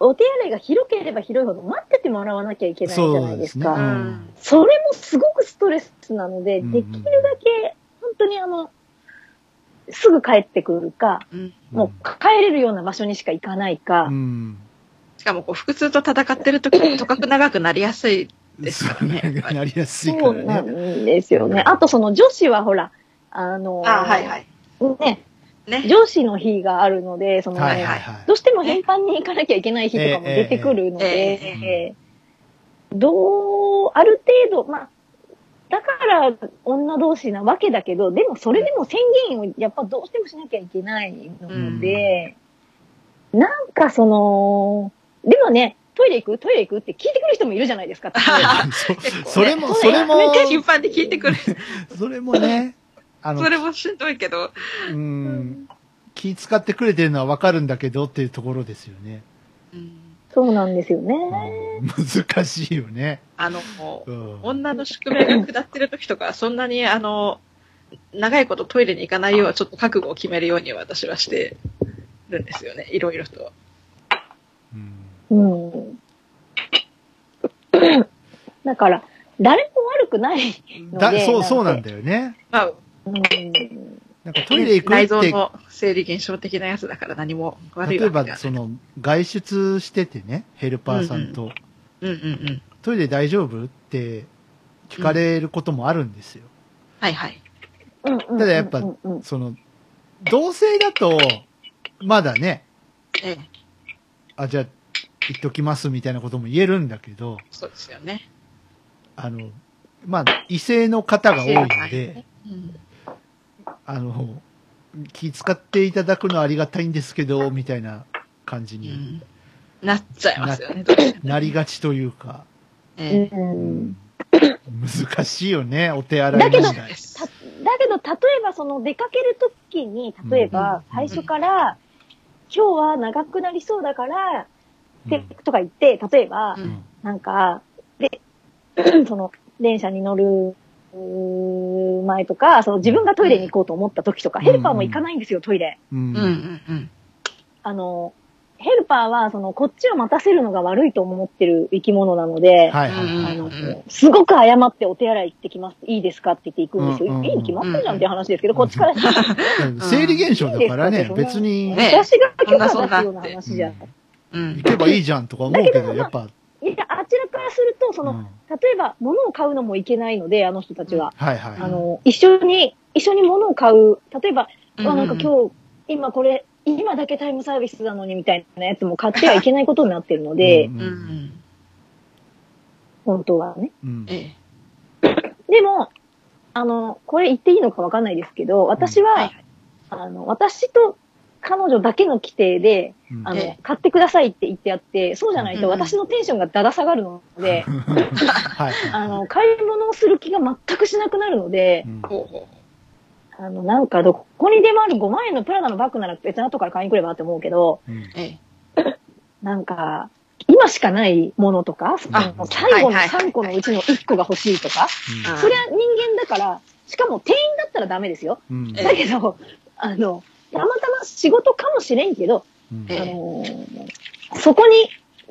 [SPEAKER 2] お手洗いが広ければ広いほど待っててもらわなきゃいけないじゃないです
[SPEAKER 1] そう
[SPEAKER 2] か。
[SPEAKER 1] ですね
[SPEAKER 2] そ,、れもすごくストレスなので、
[SPEAKER 1] うんうん
[SPEAKER 2] できるだけ、本当にあの、すぐ帰ってくるか、
[SPEAKER 3] うん
[SPEAKER 2] もう帰れるような場所にしか行かないか、
[SPEAKER 1] うん。
[SPEAKER 3] しかもこう腹痛と戦ってる時にとかく長くなりやすいですからね
[SPEAKER 1] そうなりやすいか
[SPEAKER 2] そうな
[SPEAKER 1] らね。
[SPEAKER 2] んですよね。あとその女子はほら、あの、
[SPEAKER 3] あはいはい
[SPEAKER 2] ね、
[SPEAKER 3] ね
[SPEAKER 2] 女子の日があるので、その、
[SPEAKER 1] はいはいはい。
[SPEAKER 2] どうしても頻繁に行かなきゃいけない日とかも出てくるので、
[SPEAKER 3] え
[SPEAKER 1] え
[SPEAKER 2] どう、ある程度、まあ、だから女同士なわけだけど、でもそれでも宣言をやっぱどうしてもしなきゃいけないので、なんかその、でもね、トイレ行くトイレ行くって聞いてくる人もいるじゃないですか。
[SPEAKER 1] そ
[SPEAKER 3] 結構ね
[SPEAKER 1] それも、そ
[SPEAKER 2] そう
[SPEAKER 1] れ
[SPEAKER 2] ね
[SPEAKER 1] も、
[SPEAKER 3] めっちゃ頻繁に聞いてくる
[SPEAKER 1] それも ね、あの
[SPEAKER 3] そ、れもしんどいけど
[SPEAKER 1] うん、気使ってくれてるのはわかるんだけどっていうところですよね。
[SPEAKER 3] うん
[SPEAKER 2] そうなんですよ
[SPEAKER 1] う
[SPEAKER 2] ね。
[SPEAKER 1] ん難しいよね。
[SPEAKER 3] あのもう
[SPEAKER 1] うん
[SPEAKER 3] 女の宿命が下ってる時とかそんなにあの長いことトイレに行かないようはちょっと覚悟を決めるように私はしてるんですよねいろいろと
[SPEAKER 1] うん
[SPEAKER 2] うん。だから、誰も悪くないので。
[SPEAKER 1] だそう、そうなん
[SPEAKER 2] で。
[SPEAKER 1] だよね。
[SPEAKER 3] まあ
[SPEAKER 2] うん
[SPEAKER 1] なんかトイレ行く
[SPEAKER 3] 内臓
[SPEAKER 1] って、
[SPEAKER 3] の生理現象的なやつだから何も悪い
[SPEAKER 1] 例えば
[SPEAKER 3] わけじゃない
[SPEAKER 1] その外出しててね、ヘルパーさんと、
[SPEAKER 3] うんうんうん
[SPEAKER 1] トイレ大丈夫って聞かれることもあるんですよ。
[SPEAKER 3] はいはい
[SPEAKER 2] た
[SPEAKER 1] ただやっぱ
[SPEAKER 2] うんうん
[SPEAKER 1] その、同性だと、まだね、
[SPEAKER 3] ええ
[SPEAKER 1] あ、じゃあ、行っときますみたいなことも言えるんだけど、
[SPEAKER 3] そうですよね
[SPEAKER 1] あの、まあ、異性の方が多いので、
[SPEAKER 3] うん
[SPEAKER 1] あの、気使っていただくのはありがたいんですけど、みたいな感じ
[SPEAKER 3] う
[SPEAKER 1] に
[SPEAKER 3] んなっちゃいますよねどうしても
[SPEAKER 1] なりがちというか、
[SPEAKER 3] ええ
[SPEAKER 2] うん
[SPEAKER 1] 難しいよね、お手洗い問
[SPEAKER 3] そう
[SPEAKER 1] 題
[SPEAKER 3] で。す
[SPEAKER 2] ただけど、例えばその出かけるときに、例えば
[SPEAKER 1] うんうん
[SPEAKER 2] 最初から、今日は長くなりそうだから、
[SPEAKER 1] う
[SPEAKER 2] て
[SPEAKER 1] ん
[SPEAKER 2] とか言って、例えば
[SPEAKER 3] う、
[SPEAKER 1] うんん
[SPEAKER 2] なんか、で、 その、電車に乗るうー前とか、その自分がトイレに行こうと思った時とか、
[SPEAKER 1] うん
[SPEAKER 2] ヘルパーも行かないんですよ、トイレ。
[SPEAKER 1] うん
[SPEAKER 3] うんうんうん
[SPEAKER 2] あの、ヘルパーは、その、こっちを待たせるのが悪いと思ってる生き物なので、
[SPEAKER 1] はいはいは
[SPEAKER 2] あ
[SPEAKER 1] い。
[SPEAKER 2] の
[SPEAKER 3] うん、
[SPEAKER 2] すごく謝ってお手洗い行ってきます。いいですかって言って行くんですよ。
[SPEAKER 1] うんうんうん
[SPEAKER 2] いいに決まってるじゃんっていう話ですけど、こっちからしたら
[SPEAKER 1] 生理現象だからね、
[SPEAKER 2] うん
[SPEAKER 1] 別に
[SPEAKER 3] ね
[SPEAKER 2] 私が許可出すような話じゃん。
[SPEAKER 3] うん
[SPEAKER 1] 行けばいいじゃんとか思うけど、やっぱ、
[SPEAKER 2] いや、あちらからすると、その、
[SPEAKER 1] うん
[SPEAKER 2] 例えば物を買うのもいけないので、あの人たちは。
[SPEAKER 1] はいはい。
[SPEAKER 2] あの、一緒に、一緒に物を買う。例えば、
[SPEAKER 3] うん
[SPEAKER 2] あなんか今日、今これ、今だけタイムサービスなのにみたいなやつも買ってはいけないことになってるので、
[SPEAKER 1] うん
[SPEAKER 3] うんうん
[SPEAKER 2] 本当はね。
[SPEAKER 1] うん
[SPEAKER 3] ええ
[SPEAKER 2] でも、あの、これ言っていいのかわかんないですけど、私は、
[SPEAKER 3] はいはい
[SPEAKER 2] あの、私と彼女だけの規定で、
[SPEAKER 1] うん
[SPEAKER 2] あの、
[SPEAKER 3] ええ
[SPEAKER 2] 買ってくださいって言ってやって、そうじゃない
[SPEAKER 3] うん
[SPEAKER 2] と
[SPEAKER 3] うん
[SPEAKER 2] 私のテンションがだだ下がるので、
[SPEAKER 1] はいはい
[SPEAKER 2] あの、買い物をする気が全くしなくなるので
[SPEAKER 1] う、ん
[SPEAKER 3] ほうほう
[SPEAKER 2] あの、なんかどこにでもある5万円のプラダのバッグなら別に後から買いに来ればって思うけど、
[SPEAKER 1] うん
[SPEAKER 3] ええ
[SPEAKER 2] なんか、今しかないものとか、そ
[SPEAKER 1] あ
[SPEAKER 2] の最後の
[SPEAKER 3] はいはいはい
[SPEAKER 2] 3個のうちの1個が欲しいとか、
[SPEAKER 3] あ
[SPEAKER 2] それは人間だから、しかも店員だったらダメですよ。
[SPEAKER 1] うんうん
[SPEAKER 3] え
[SPEAKER 2] だけど、あの、たまたま仕事かもしれんけど、
[SPEAKER 1] うん
[SPEAKER 3] え
[SPEAKER 2] あのーそこに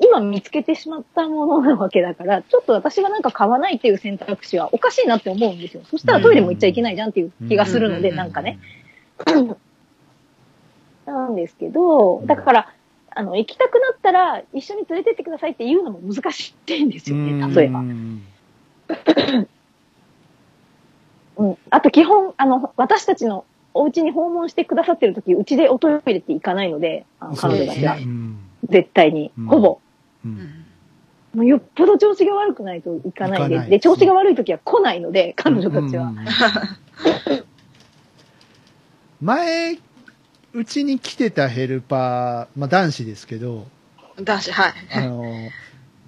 [SPEAKER 2] 今見つけてしまったものなわけだから、ちょっと私がなんか買わないっていう選択肢はおかしいなって思うんですよ。そしたらトイレも行っちゃいけないじゃんっていう気がするので、
[SPEAKER 3] うん
[SPEAKER 2] なんかね。。 なんですけど、だから、あの、行きたくなったら一緒に連れてってくださいって言うのも難しいんですよね、例えば
[SPEAKER 1] う。ん
[SPEAKER 2] うん。あと基本、あの、私たちのお家に訪問してくださってる時、うちでおトイレって行かないので、あの
[SPEAKER 1] そう
[SPEAKER 2] 彼
[SPEAKER 1] で
[SPEAKER 2] 女
[SPEAKER 1] す
[SPEAKER 2] たちは
[SPEAKER 1] ね。。うん
[SPEAKER 2] 絶対に
[SPEAKER 1] うん。
[SPEAKER 2] ほぼ。
[SPEAKER 1] う
[SPEAKER 3] うんん
[SPEAKER 2] もうよっぽど調子が悪くないといかないん
[SPEAKER 1] 行
[SPEAKER 2] で、
[SPEAKER 1] かない
[SPEAKER 2] で、調子が悪い時は来ないので、彼女たち
[SPEAKER 1] う
[SPEAKER 2] は。
[SPEAKER 1] んうん前、うちに来てたヘルパー、まあ男子ですけど、
[SPEAKER 3] だし、はい。
[SPEAKER 1] あの、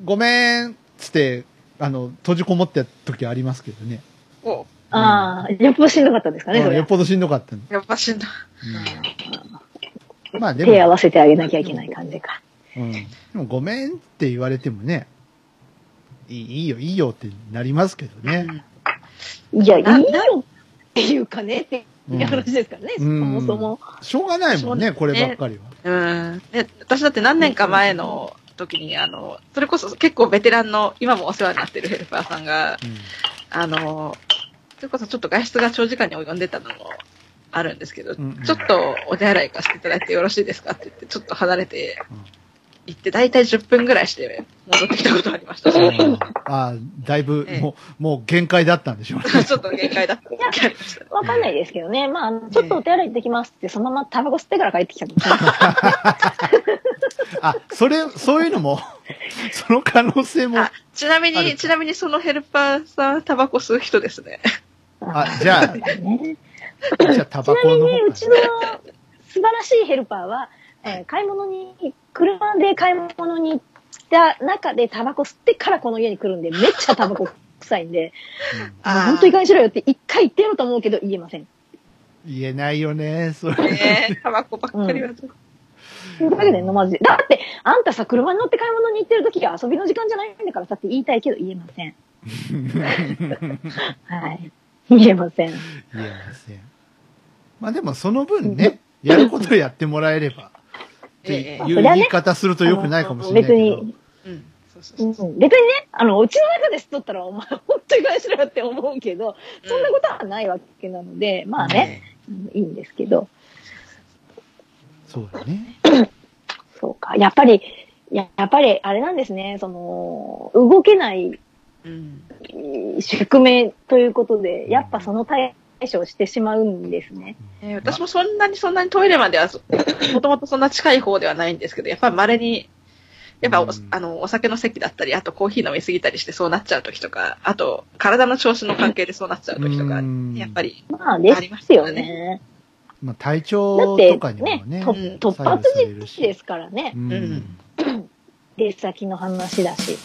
[SPEAKER 1] ごめんっつって、あの、閉じこもってた時ありますけどね。
[SPEAKER 3] お
[SPEAKER 2] ああ、よっぽどしんどかったんですかね、そ
[SPEAKER 1] うん
[SPEAKER 2] れ
[SPEAKER 1] よっ
[SPEAKER 2] は。
[SPEAKER 1] ぽどしんどかったの。
[SPEAKER 3] やっぱしんどい。
[SPEAKER 1] うんまあでも、
[SPEAKER 2] 手合わせてあげなきゃいけない感じか。
[SPEAKER 1] うん、でもごめんって言われてもね、いいいいよ、いいよってなりますけどね。
[SPEAKER 2] いや、いい
[SPEAKER 3] な
[SPEAKER 2] よっていうかね、っていう話ですからね、そ
[SPEAKER 1] うん
[SPEAKER 2] もそも。
[SPEAKER 1] しょうがないもんね、こればっかりは。
[SPEAKER 3] うん。で私だって何年か前の、時に、あの、それこそ結構ベテランの、今もお世話になってるヘルパーさんが、
[SPEAKER 1] うん
[SPEAKER 3] あの、それこそちょっと外出が長時間に及んでたのもあるんですけど、
[SPEAKER 1] んうん
[SPEAKER 3] ちょっとお手洗い行かせていただいてよろしいですかって言って、ちょっと離れて
[SPEAKER 1] うん
[SPEAKER 3] 行って、大体10分ぐらいして戻ってきたことありました。
[SPEAKER 1] あ ーあー、だいぶ
[SPEAKER 3] ええ、
[SPEAKER 1] もう、もう限界だったんでしょうね。
[SPEAKER 3] ちょっと限界だった時ありましたね。
[SPEAKER 2] わかんないですけどね。まああの、ちょっとお手洗い行ってきますって、そのままタバコ吸ってから帰ってきたの。
[SPEAKER 1] あ、それ、そういうの も、その可能性も、
[SPEAKER 3] あちなみ
[SPEAKER 1] ある
[SPEAKER 3] に、ちなみにそのヘルパーさん、タバコ吸う人ですね。
[SPEAKER 1] あ、じゃ あ、
[SPEAKER 2] ね
[SPEAKER 1] じゃあタ
[SPEAKER 2] ち
[SPEAKER 1] バ
[SPEAKER 2] な
[SPEAKER 1] コ
[SPEAKER 2] み
[SPEAKER 1] の
[SPEAKER 2] に、
[SPEAKER 1] 方
[SPEAKER 2] う
[SPEAKER 1] か
[SPEAKER 2] ちの素晴らしいヘルパーは、えー買い物に、車で買い物に行った中でタバコ吸ってからこの家に来るんで、めっちゃタバコ臭い んで、本当にいかにしろよって一回言ってやろうと思うけど言えません。
[SPEAKER 1] 言えないよね、それ。
[SPEAKER 3] ねタバコばっかりは。
[SPEAKER 2] というわけで飲まず。だって、あんたさ、車に乗って買い物に行ってる時が遊びの時間じゃないんだからさって言いたいけど言えま せん。はい。言えません。
[SPEAKER 1] 言えません。まあでもその分ね、やることをやってもらえれば、って
[SPEAKER 3] え
[SPEAKER 1] いう言い方すると良くないかもしれないけ
[SPEAKER 2] 別
[SPEAKER 1] ど。
[SPEAKER 2] に、
[SPEAKER 3] えうん。そうそう
[SPEAKER 2] う
[SPEAKER 3] そ
[SPEAKER 2] ん
[SPEAKER 3] う。
[SPEAKER 2] 別にね、あの、うちの中で吸っとったら、お前、本当に返しろよって思うけど、そんなことはないわけなので、まあね、うんいいんですけど、
[SPEAKER 1] そうだね。
[SPEAKER 2] そうか。やっぱり、ややっぱり、あれなんですね、その、動けない
[SPEAKER 3] うん。
[SPEAKER 2] うん宿命ということで、やっぱその対処をしてしまうんですね。
[SPEAKER 3] えー私もそんなにそんなにトイレま では、そもともとそんな近い方ではないんですけど、やっぱり稀に、やっぱお,、
[SPEAKER 1] うん
[SPEAKER 3] あのお酒の席だったり、あとコーヒー飲みすぎたりしてそうなっちゃう時とか、あと体の調子の関係でそうなっちゃう時とか、
[SPEAKER 1] うん
[SPEAKER 3] やっぱり、
[SPEAKER 2] まあ、で
[SPEAKER 3] ありますす
[SPEAKER 2] よ
[SPEAKER 3] よね
[SPEAKER 2] ね。
[SPEAKER 1] まあ体
[SPEAKER 2] だ
[SPEAKER 1] 調
[SPEAKER 2] っ
[SPEAKER 1] と
[SPEAKER 2] て
[SPEAKER 1] かにも
[SPEAKER 2] ね
[SPEAKER 1] ね。
[SPEAKER 2] と
[SPEAKER 1] 左右
[SPEAKER 2] 突発
[SPEAKER 1] される
[SPEAKER 2] 時
[SPEAKER 1] し
[SPEAKER 2] ですからね
[SPEAKER 1] う。ん。
[SPEAKER 3] うん
[SPEAKER 1] うん
[SPEAKER 2] 出先の話だし。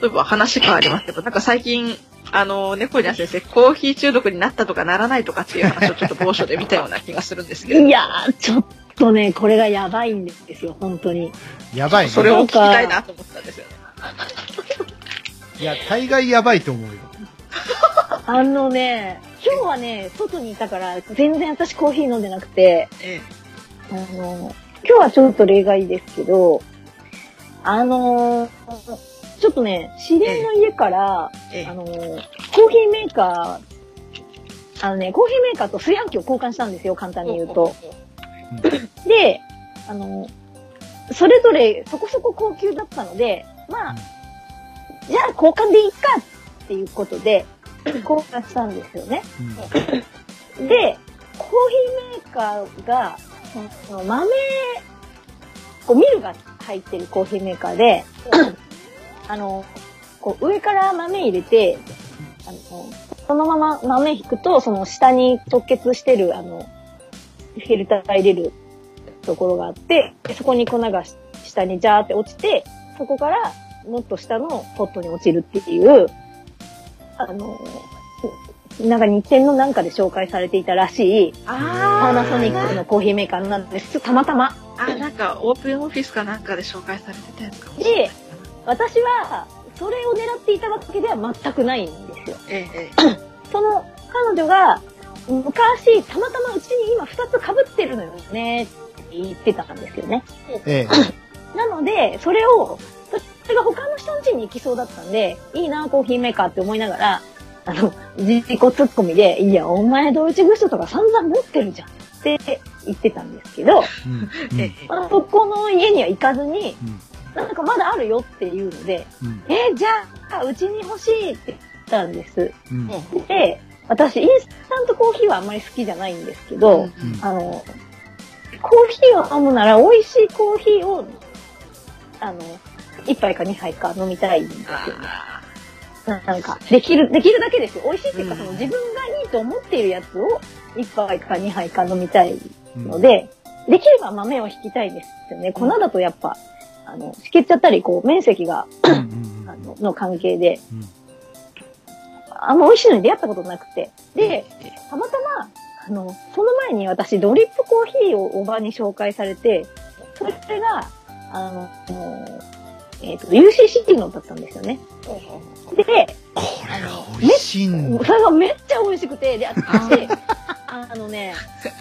[SPEAKER 3] 例えば話変わりますけど、なんか最近、あの、猫にゃ先生、コーヒー中毒になったとかならないとかっていう話をちょっと某所で見たような気がするんですけど、
[SPEAKER 2] いやー、ちょっとね、これがやばいんですよ、本当に。
[SPEAKER 1] やばいね。
[SPEAKER 3] それを聞きたいなと思ったんですよね。
[SPEAKER 1] いや、大概やばいと思うよ。
[SPEAKER 2] あのね、今日はね、外にいたから、全然私コーヒー飲んでなくて、
[SPEAKER 3] え
[SPEAKER 2] あの、今日はちょっと例外ですけど、あのーちょっとね、知り合いの家から、
[SPEAKER 3] えええ
[SPEAKER 2] あのーコーヒーメーカー、あのね、コーヒーメーカーと炊飯器を交換したんですよ、簡単に言うと。で、あの、それぞれそこそこ高級だったので、ま
[SPEAKER 1] う
[SPEAKER 2] あ
[SPEAKER 1] ん、
[SPEAKER 2] じゃあ交換でいいかっていうことで、 交換したんですよね。
[SPEAKER 1] うん
[SPEAKER 2] で、コーヒーメーカーが、その豆、こうミルが入ってるコーヒーメーカーで、あの、こう上から豆入れて、あの、そのまま豆引くと、その下に直結してる、あの、フィルターが入れるところがあって、そこに粉が下にジャーって落ちて、そこからもっと下のポットに落ちるっていう、あの、なんか日展のなんかで紹介されていたらしい、パ
[SPEAKER 3] あ
[SPEAKER 2] ナソニックのコーヒーメーカーなんです。たまたま。
[SPEAKER 3] あ、なんかオープンオフィスかなんかで紹介されてたやつかもしれない。
[SPEAKER 2] で、私は、それを狙っていたわけでは全くないんですよ。
[SPEAKER 3] ええ、
[SPEAKER 2] その彼女が、昔、たまたまうちに今2つ被ってるのよね、って言ってたんですよね。
[SPEAKER 1] ええ。
[SPEAKER 2] なので、それを、それが他の人の家に行きそうだったんで、いいな、コーヒーメーカーって思いながら、あの、自己ツッコミで、いや、お前、ドイツグストとか散々持ってるじゃんって言ってたんですけど、
[SPEAKER 1] うん
[SPEAKER 3] ええ、ええ。
[SPEAKER 2] まあそこの家には行かずに、
[SPEAKER 1] うん
[SPEAKER 2] なんかまだあるよっていうので、
[SPEAKER 1] うん
[SPEAKER 2] えじゃあ、うちに欲しいって言ったんです。
[SPEAKER 1] うん
[SPEAKER 3] も
[SPEAKER 2] で、私、インスタントコーヒーはあんまり好きじゃないんですけ
[SPEAKER 3] う
[SPEAKER 2] ど、
[SPEAKER 3] ん
[SPEAKER 2] あの、コーヒーを飲むなら美味しいコーヒーを、あの、1杯か2杯か飲みたいんですよね。
[SPEAKER 3] あ
[SPEAKER 2] ななんか、できる、できるだけですよ。美味しいっていうか、
[SPEAKER 3] うん
[SPEAKER 2] その自分がいいと思っているやつを1杯か2杯か飲みたい
[SPEAKER 1] うん
[SPEAKER 2] ので、できれば豆を引きたいですよね。粉だとやっぱ、あの、しけっちゃったり、こう、面積が、
[SPEAKER 1] うんうん
[SPEAKER 2] あの、の関係で
[SPEAKER 1] うん、
[SPEAKER 2] あんま美味しいのに出会ったことなくて。で、
[SPEAKER 3] ー
[SPEAKER 2] たまたま、あの、その前に私、ドリップコーヒーをおばに紹介されて、それが、あの、えっ、と、UCC のだったんですよね。
[SPEAKER 1] こ
[SPEAKER 2] で、
[SPEAKER 1] れが美味しいん
[SPEAKER 2] そ
[SPEAKER 1] だ。
[SPEAKER 2] れがめっちゃ美味しくて、で、私、あのね、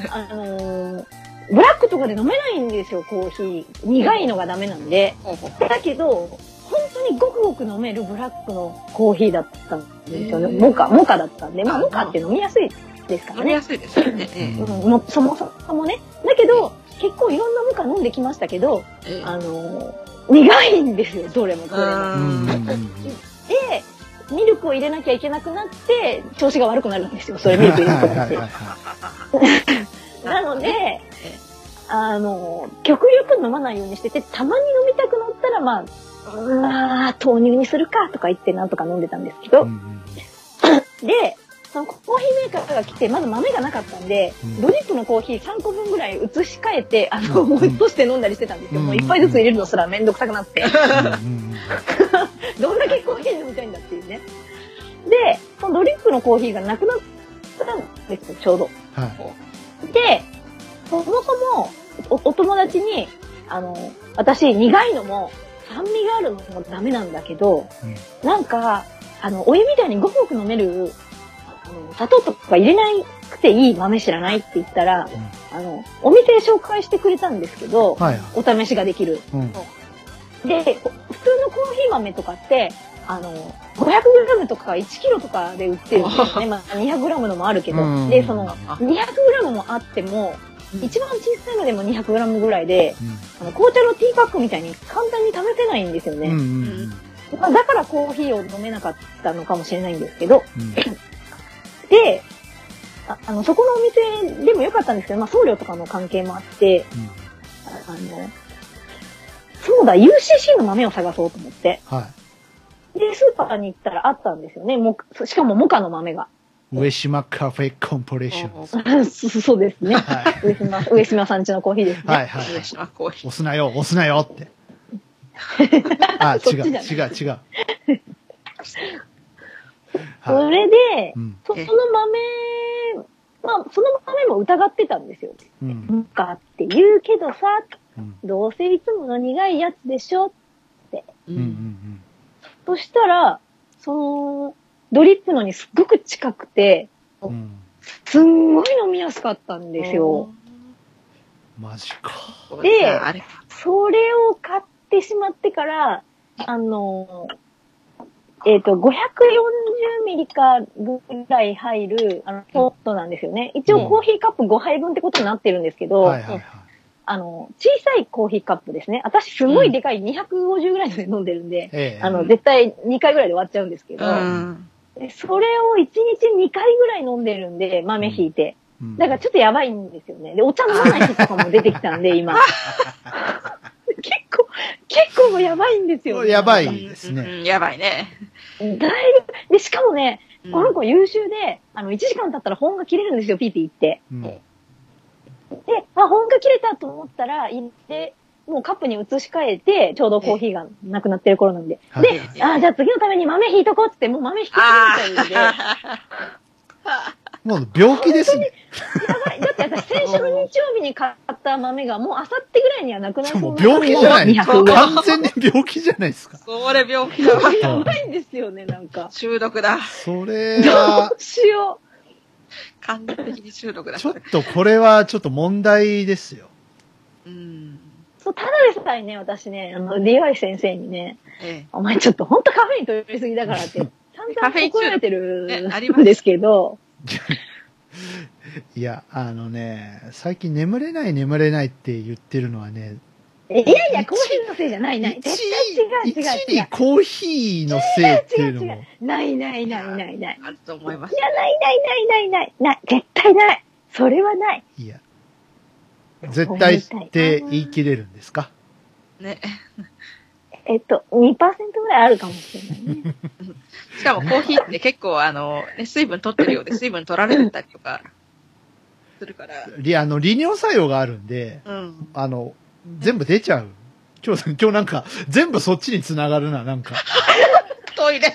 [SPEAKER 2] あのーブラックとかで飲めないんですよ、コーヒー。苦いのがダメなんで。だけど、本当にごくごく飲めるブラックのコーヒーだったんですよね。
[SPEAKER 3] へー
[SPEAKER 2] モカ、モカだったんで、まあ
[SPEAKER 3] あ
[SPEAKER 2] モカって飲みやすいですから
[SPEAKER 3] 飲み
[SPEAKER 2] ね
[SPEAKER 3] や。すいですよね。え
[SPEAKER 2] うん、もうそもそもね。だけど、結構いろんなモカ飲んできましたけど、
[SPEAKER 3] えええ
[SPEAKER 2] あのー苦いんですよ、どれもこれも。
[SPEAKER 1] うんうんうん
[SPEAKER 2] で、ミルクを入れなきゃいけなくなって、調子が悪くなるんですよ。それミルク入れなくなっ
[SPEAKER 1] はい
[SPEAKER 2] て
[SPEAKER 1] はい。はいは
[SPEAKER 2] なので、あの、極力飲まないようにしてて、たまに飲みたくなったら、まあ、うわー、豆乳にするかとか言ってなんとか飲んでたんですけ
[SPEAKER 1] い
[SPEAKER 2] ど
[SPEAKER 1] う、ん
[SPEAKER 2] で、そのコーヒーメーカーが来て、まず豆がなかったんで、
[SPEAKER 1] うん
[SPEAKER 2] ドリップのコーヒー3個分ぐらい移し替えて、あの、もう落として飲んだりしてたんですよ。
[SPEAKER 1] うん
[SPEAKER 2] もう一杯ずつ入れるのすらめんどくさく なって。
[SPEAKER 1] うんうん
[SPEAKER 2] どんだけコーヒー飲みたいんだっていうね。で、そのドリップのコーヒーがなくなったんですよ、ちょうど。
[SPEAKER 1] はい
[SPEAKER 2] で、そもそもお、お友達に、あの、私、苦いのも、酸味があるのもダメなんだけど、なんか、あの、お湯みたいにごくごく飲める、あの、砂糖とか入れなくていい豆知らないって言ったら、あの、お店紹介してくれたんですけど、
[SPEAKER 1] はいはい。
[SPEAKER 2] お試しができる。
[SPEAKER 1] うん
[SPEAKER 2] で、普通のコーヒー豆とかって、あの、500g とか1キロとかで売ってるんですよね。まあ、200g のもあるけ
[SPEAKER 1] う
[SPEAKER 2] ど。
[SPEAKER 1] ん
[SPEAKER 2] で、その、200g もあっても、一番小さいのでも 200g ぐらいで、あの紅茶のティーパックみたいに簡単に試せないんですよ
[SPEAKER 1] うんうん
[SPEAKER 2] ね。
[SPEAKER 1] うんうん
[SPEAKER 2] まあ、だからコーヒーを飲めなかったのかもしれないんですけど。
[SPEAKER 1] うん
[SPEAKER 2] で、ああの、そこのお店でもよかったんですけど、まあ、送料とかの関係もあって、
[SPEAKER 1] うん
[SPEAKER 2] あの、そうだ、UCC の豆を探そうと思って。
[SPEAKER 1] は
[SPEAKER 2] で、スーパーに行ったらあったんですよね。もうしかもモカの豆が。
[SPEAKER 1] い。上島カフェコンポレーション。
[SPEAKER 2] そそうですね。
[SPEAKER 1] はい。
[SPEAKER 2] 上島、上島さんちのコーヒーですね。
[SPEAKER 1] はいはい。
[SPEAKER 3] 上島コーヒー
[SPEAKER 1] 押すなよ、押すなよって。あ、
[SPEAKER 2] そっ
[SPEAKER 1] 違
[SPEAKER 2] ち
[SPEAKER 1] う、
[SPEAKER 2] じゃな
[SPEAKER 1] 違
[SPEAKER 2] い
[SPEAKER 1] う、違う。
[SPEAKER 2] そ
[SPEAKER 1] はい。
[SPEAKER 2] れで、
[SPEAKER 1] うん。
[SPEAKER 2] そその豆、まあ、その豆も疑ってたんですよ。
[SPEAKER 1] うん。
[SPEAKER 2] モカって言うけどさ、
[SPEAKER 1] うん。
[SPEAKER 2] どうせいつもの苦いやつでしょ。
[SPEAKER 3] う
[SPEAKER 1] うん。うんん。
[SPEAKER 2] そしたら、その、ドリップのにすっごく近くて、
[SPEAKER 1] うんうん。
[SPEAKER 2] すんごい飲みやすかったんですよ。。
[SPEAKER 1] マジか。
[SPEAKER 2] で
[SPEAKER 3] あれ
[SPEAKER 2] それを買ってしまってから、あの、えっ、と、540ミリかぐらい入る、あの、ポットなんですよね。一応コーヒーカップ5杯分ってことになってるんですけど、
[SPEAKER 1] はいはいはい。
[SPEAKER 2] あの、小さいコーヒーカップですね。私すごいでかい250ぐらいので飲んでるんで、
[SPEAKER 1] ええ。
[SPEAKER 2] あの、絶対2回ぐらいで終わっちゃうんですけど、
[SPEAKER 3] うん。
[SPEAKER 2] でそれを1日2回ぐらい飲んでるんで、豆引いて。
[SPEAKER 1] うん、
[SPEAKER 2] だからちょっとやばいんですよね。で、お茶飲まない人とかも出てきた んで、今。結構、結構もうやばいんですよ、
[SPEAKER 1] やば
[SPEAKER 2] なんか
[SPEAKER 1] いですね
[SPEAKER 3] うん。やばいね。
[SPEAKER 2] だいぶ、で、しかもね、
[SPEAKER 3] うん
[SPEAKER 2] この子優秀で、あの、1時間経ったら本が切れるんですよ、ピーピー言って。
[SPEAKER 1] うん、
[SPEAKER 2] で、あ、本が切れたと思ったら、行って、もうカップに移し替えて、ちょうどコーヒーがなくなってる頃なんで。
[SPEAKER 1] はい
[SPEAKER 2] で、あ、じゃあ次のために豆引いとこうってって、もう豆引き
[SPEAKER 3] あ
[SPEAKER 2] 始めちゃうんで。
[SPEAKER 3] あ。
[SPEAKER 1] もう病気ですね。
[SPEAKER 2] やばい。だって私、先週の日曜日に買った豆が、もうあさってぐらいにはなくなりそうな
[SPEAKER 1] もう病気じゃない。
[SPEAKER 2] 200ぐらい
[SPEAKER 1] 完全に病気じゃないですか。
[SPEAKER 3] それ病気だわ。
[SPEAKER 2] やばいんですよね、なんか。
[SPEAKER 3] 中毒だ。
[SPEAKER 1] それ
[SPEAKER 2] ど
[SPEAKER 1] は
[SPEAKER 2] う、しよ
[SPEAKER 3] 完全的に中毒だ。
[SPEAKER 1] ちょっとこれはちょっと問題ですよ。
[SPEAKER 3] うん。
[SPEAKER 2] う。そう、ただでさえね、私ね、あの、DY 先生にね、
[SPEAKER 3] え
[SPEAKER 2] お前ちょっとほんとカフェイン取りすぎ だからって、散
[SPEAKER 3] カフェ
[SPEAKER 2] 々
[SPEAKER 3] イン中
[SPEAKER 2] 怒られて
[SPEAKER 3] ね
[SPEAKER 2] る
[SPEAKER 3] あります
[SPEAKER 2] んですけど、
[SPEAKER 1] いや、あのね、最近眠れない眠れないって言ってるのはね、
[SPEAKER 2] えいやいや、コーヒーのせいじゃないない。
[SPEAKER 1] 一
[SPEAKER 2] 絶
[SPEAKER 1] 位
[SPEAKER 2] 対違う違
[SPEAKER 1] 一
[SPEAKER 2] う
[SPEAKER 1] 位
[SPEAKER 2] 違
[SPEAKER 1] にコーヒーのせいっていう
[SPEAKER 2] う。違う
[SPEAKER 1] の
[SPEAKER 2] 違
[SPEAKER 1] も
[SPEAKER 2] う。ないないないないない。
[SPEAKER 3] あると思います
[SPEAKER 2] い。や、ないないないないない。ない。絶対ない。それはない。
[SPEAKER 1] いや、絶対って言い切れるんですか
[SPEAKER 3] ね。
[SPEAKER 2] えっと、2%ぐらいあるかもしれないね。
[SPEAKER 3] しかもコーヒーって結構、あの、ね、水分取って るようで、水分取られたりとか、するから。
[SPEAKER 1] りあの、利尿作用があるんで、
[SPEAKER 3] うん。
[SPEAKER 1] あの、全部出ちゃう。今日、今日なんか、全部そっちに繋がるな、なんか。
[SPEAKER 3] トイレ、